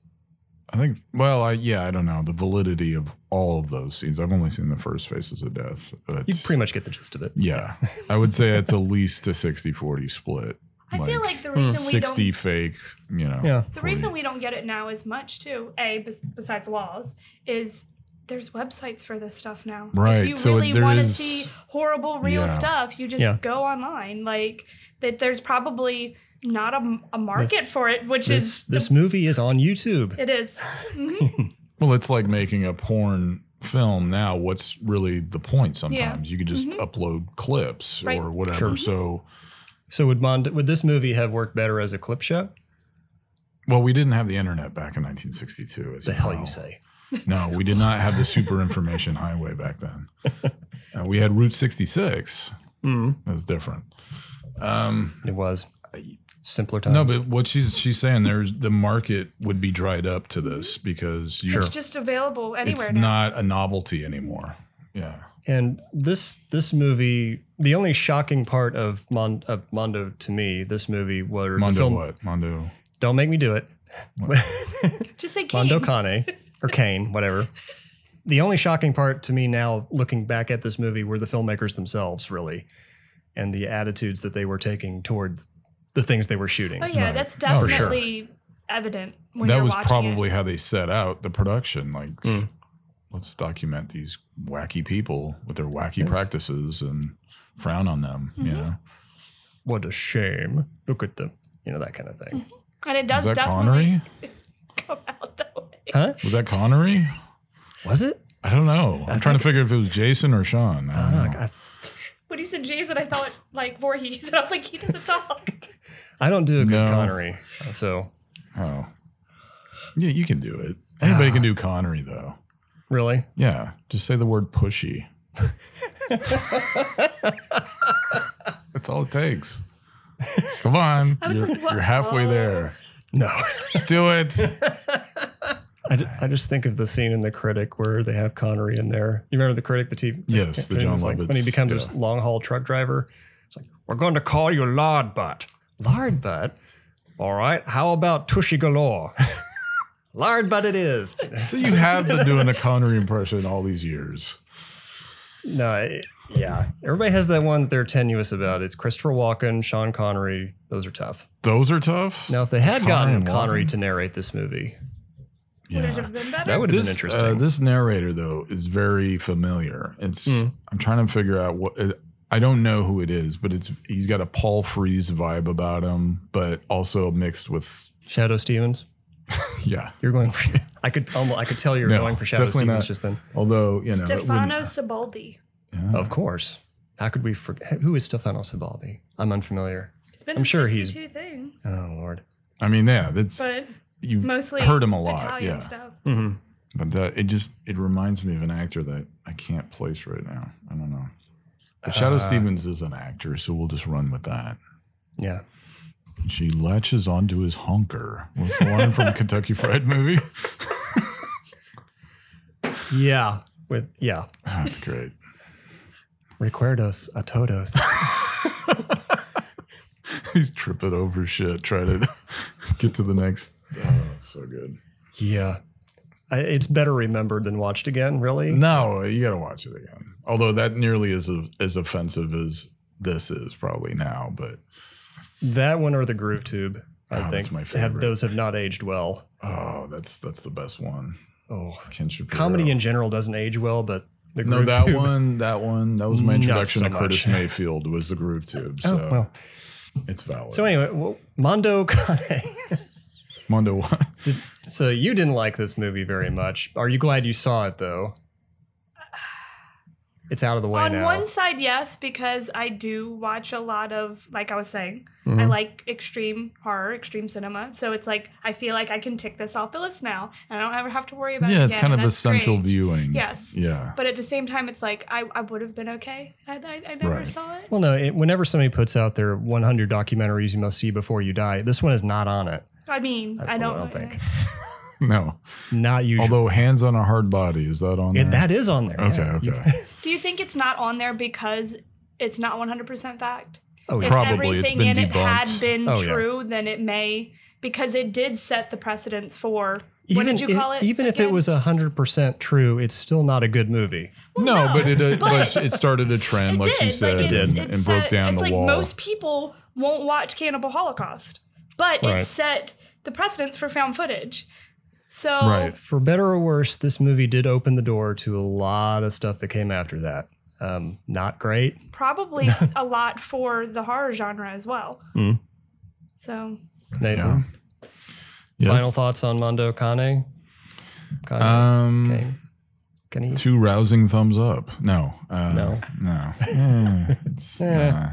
S3: I think, well, I, yeah, I don't know. The validity of all of those scenes. I've only seen the first Faces of Death. But
S1: You pretty much get the gist of it.
S3: yeah. I would say it's at least a 60 40 split.
S4: I feel like the
S1: Hmm.
S4: reason we don't
S3: 60 fake, you know.
S1: Yeah.
S4: the
S3: 40.
S4: reason we don't get it now as much too. A bes- besides laws is there's websites for this stuff now.
S3: Right,
S4: If you
S3: so
S4: really
S3: there
S4: want to
S3: is-
S4: see horrible real
S3: Yeah.
S4: stuff, you just
S1: Yeah.
S4: go online. Like that, there's probably not a, a market
S1: This-
S4: for it, which
S1: This
S4: is
S1: this movie is on YouTube.
S4: it is. Mhm.
S3: Well, it's like making a porn film now. What's really the point sometimes? You can just
S4: Mhm.
S3: upload clips
S4: Right.
S3: or whatever.
S1: Sure.
S3: So,
S1: So would Mond- would this movie have worked better as a clip show?
S3: well, we didn't have the internet back in 1962. As
S1: The hell
S3: know.
S1: you say.
S3: No, we did not have the super information highway back then. Uh, we had Route 66.
S1: Mm.
S3: That was different. Um,
S1: It was simpler times.
S3: no, but what she's she's saying there's the market would be dried up to this because you,
S4: Mm-hmm. It's just available anywhere
S3: it's
S4: now.
S3: not a novelty anymore. Yeah.
S1: and this this movie, the only shocking part of, Mon- of Mondo to me, this movie were the
S3: Mondo
S1: film.
S3: what? Mondo.
S1: Don't make me do it.
S4: Just say Kane.
S1: Mondo Kane or Kane, whatever. The only shocking part to me now, looking back at this movie, were the filmmakers themselves, really, and the attitudes that they were taking toward the things they were shooting.
S4: Oh yeah,
S3: Right.
S4: that's
S3: No,
S1: for sure.
S4: definitely evident when
S3: that
S4: you're
S3: was
S4: watching
S3: probably
S4: it.
S3: how they set out the production. Like,
S1: Mm.
S3: let's document these wacky people with their wacky
S1: Yes.
S3: practices and frown on them. You
S4: Mhm.
S3: know,
S1: What a shame! Look at them, you know that kind of thing.
S4: and it
S3: was
S4: does
S3: that
S4: definitely
S3: Connery?
S4: come out that way.
S1: Huh?
S3: Was that Connery?
S1: Was it?
S3: I don't know.
S1: I
S3: I'm trying
S1: think-
S3: to figure if it was Jason or Sean. I don't
S1: Uh,
S3: know.
S1: I,
S4: When you said Jason, I thought like Voorhees, and I was like, he doesn't talk.
S1: I don't do a good
S3: No.
S1: Connery, so
S3: Oh, yeah, you can do it. Anybody
S1: Ah.
S3: can do Connery though.
S1: really.
S3: Yeah, just say the word pushy. That's all it takes. Come on,
S4: I was
S3: you're,
S4: like, what?
S3: you're halfway
S4: Oh.
S3: there.
S1: no,
S3: Do it.
S1: I, ju- I just think of the scene in The Critic where they have Connery in there. You remember The Critic, the TV?
S3: Yes, the John
S1: like, When he
S3: Lovitz,
S1: becomes
S3: yeah.
S1: a long haul truck driver, it's like, we're going to call you Lard Butt. Lard Butt? All right, how about Tushy Galore? Lard Butt it is.
S3: So you have been doing the Connery impression all these years.
S1: No, I- yeah. Everybody has that one that they're tenuous about. It's Christopher Walken, Sean Connery. Those are tough.
S3: Those are tough.
S1: Now, if they had
S3: Connery
S1: gotten
S3: and
S1: Connery
S3: Walken?
S1: to narrate this movie,
S4: Would it have been better?
S1: That would- would've been
S3: this,
S1: interesting.
S3: uh, this narrator though is very familiar. It's
S1: Hmm.
S3: I'm trying to figure out what uh, I don't know who it is, but it's he's got a Paul Frees vibe about him, but also mixed with
S1: Shadow Stevens,
S3: yeah.
S1: you're going for. I could almost, I could tell you were
S3: No,
S1: going for Shadow
S3: definitely
S1: Stevens
S3: not.
S1: just then.
S3: Although you know, it wouldn't-
S4: Stefano Sibaldi.
S3: yeah.
S1: Of course. How could we forget? Who is Stefano Sabaldi? I'm unfamiliar.
S4: It's been
S1: I'm
S4: in
S1: sure he's-
S4: 52 things,
S1: Oh Lord.
S3: I mean, yeah, that's
S4: but
S3: you
S4: mostly
S3: heard him a lot,
S4: Italian
S3: yeah.
S4: stuff.
S1: Mm-hmm.
S3: But that, it just it reminds me of an actor that I can't place right now. I don't know. But Shadow
S1: Uh,
S3: Stevens is an actor, so we'll just run with that.
S1: Yeah.
S3: She latches onto his honker. Was the one from Kentucky Fried Movie?
S1: Yeah. With yeah.
S3: That's great.
S1: Recuerdos a todos.
S3: He's tripping over shit, trying to get to the next. Oh, so good.
S1: yeah. I, it's better remembered than watched again, really.
S3: No, you got to watch it again. Although that nearly is of- as offensive as this is probably now, but
S1: That one or the Groove Tube, I
S3: Oh,
S1: think.
S3: that's my
S1: Have,
S3: favorite.
S1: those have not aged well.
S3: oh, that's that's the best one.
S1: Oh.
S3: Ken Shapiro.
S1: Comedy in general doesn't age well, but the Groove
S3: No, that
S1: Tube-
S3: one, that one, that was my
S1: Not
S3: introduction
S1: so
S3: to Curtis
S1: much.
S3: Mayfield was the Groove Tube.
S1: Oh,
S3: So
S1: well.
S3: it's valid.
S1: So anyway, well, Mondo Kane.
S3: Mondo one.
S1: so you didn't like this movie very much. Are you glad you saw it though? It's out of the way
S4: On
S1: now.
S4: one side, yes, because I do watch a lot of, like I was saying, I
S1: Mhm.
S4: like extreme horror, extreme cinema. So it's like I feel like I can tick this off the list now, and I don't ever have to worry about it.
S3: Yeah, it's
S4: again,
S3: kind
S4: and
S3: of
S4: that's
S3: essential
S4: great.
S3: viewing.
S4: Yes.
S3: Yeah.
S4: But at the same time, it's like I, I would have been okay. had I, I never
S3: Right.
S4: saw it.
S1: Well, no. It, whenever somebody puts out their 100 documentaries you must see before you die, this one is not on it.
S4: I mean, I, don't,
S1: think.
S3: No.
S1: Not usually.
S3: Although hands on a hard body is that on
S1: It-
S3: there?
S1: that is on there.
S3: okay.
S1: yeah. You-
S3: Okay.
S4: Do you think it's not on there because it's not 100% fact?
S1: oh,
S4: if
S1: yeah.
S3: Probably, it's
S4: everything
S3: been
S4: in it
S3: debunked.
S4: had been
S1: Oh, yeah.
S4: true, then it may because it did set the precedence for what
S1: Even
S4: did you
S1: if-
S4: call it?
S1: Even if it
S4: again?
S1: was 100% true, it's still not a good movie.
S3: no,
S4: no,
S3: but it uh,
S4: but-
S3: but it started a trend,
S4: it
S3: like
S4: did.
S3: you said,
S4: like, it's,
S3: and,
S4: it's
S3: and broke
S4: set-
S3: down
S4: it's
S3: the
S4: like
S3: wall.
S4: Most people won't watch Cannibal Holocaust, but
S1: Right.
S4: it set the precedence for found footage. So
S3: Right.
S1: For better or worse, this movie did open the door to a lot of stuff that came after that. Um, not great.
S4: probably a lot for the horror genre as well.
S1: Mm.
S4: So
S3: Yeah.
S1: Nathan,
S3: Yes.
S1: final thoughts on Mondo Kane? Kane?
S3: Um,
S1: Kane? Can he?
S3: Two rousing thumbs up. No. Uh,
S1: No.
S3: No. Eh, it's,
S1: Eh.
S3: nah.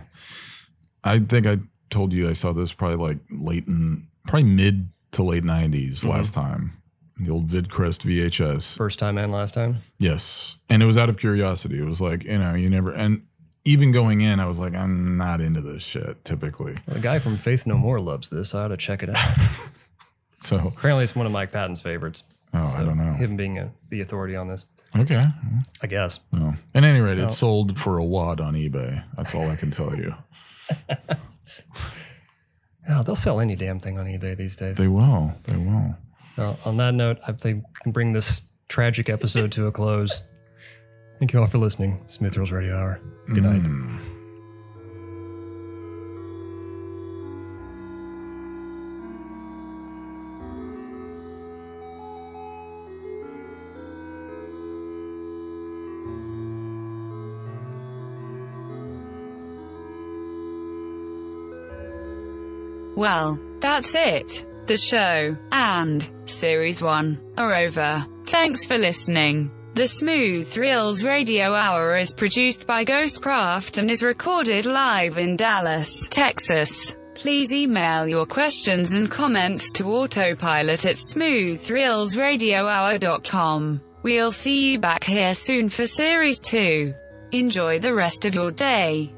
S3: I think I told you I saw this probably like late in probably mid to late 90s
S1: Mm-hmm.
S3: last time. The old VidCrest VHS.
S1: First time and last time.
S3: Yes. And it was out of curiosity. It was like, you know, you never and even going in, I was like, I'm not into this shit typically.
S1: Well, the guy from Faith No More loves this. I ought to check it out.
S3: So
S1: Apparently, it's one of Mike Patton's favorites.
S3: oh I
S1: So,
S3: don't know.
S1: Him being a, the authority on this,
S3: Okay.
S1: I guess.
S3: Well, at any rate,
S1: No.
S3: it sold for a wad on eBay. That's all I can tell you.
S1: Oh, they'll sell any damn thing on eBay these days.
S3: They will. They will.
S1: Well, on that note, I think we can bring this tragic episode to a close. Thank you all for listening. Smith Rolls Radio Hour. Good night.
S3: Mm.
S5: Well, that's it. The show and series one are over. Thanks for listening. The Smooth Thrills Radio Hour is produced by Ghostcraft and is recorded live in Dallas, Texas. Please email your questions and comments to autopilot at smooththrillsradiohour.com. We'll see you back here soon for series two. Enjoy the rest of your day.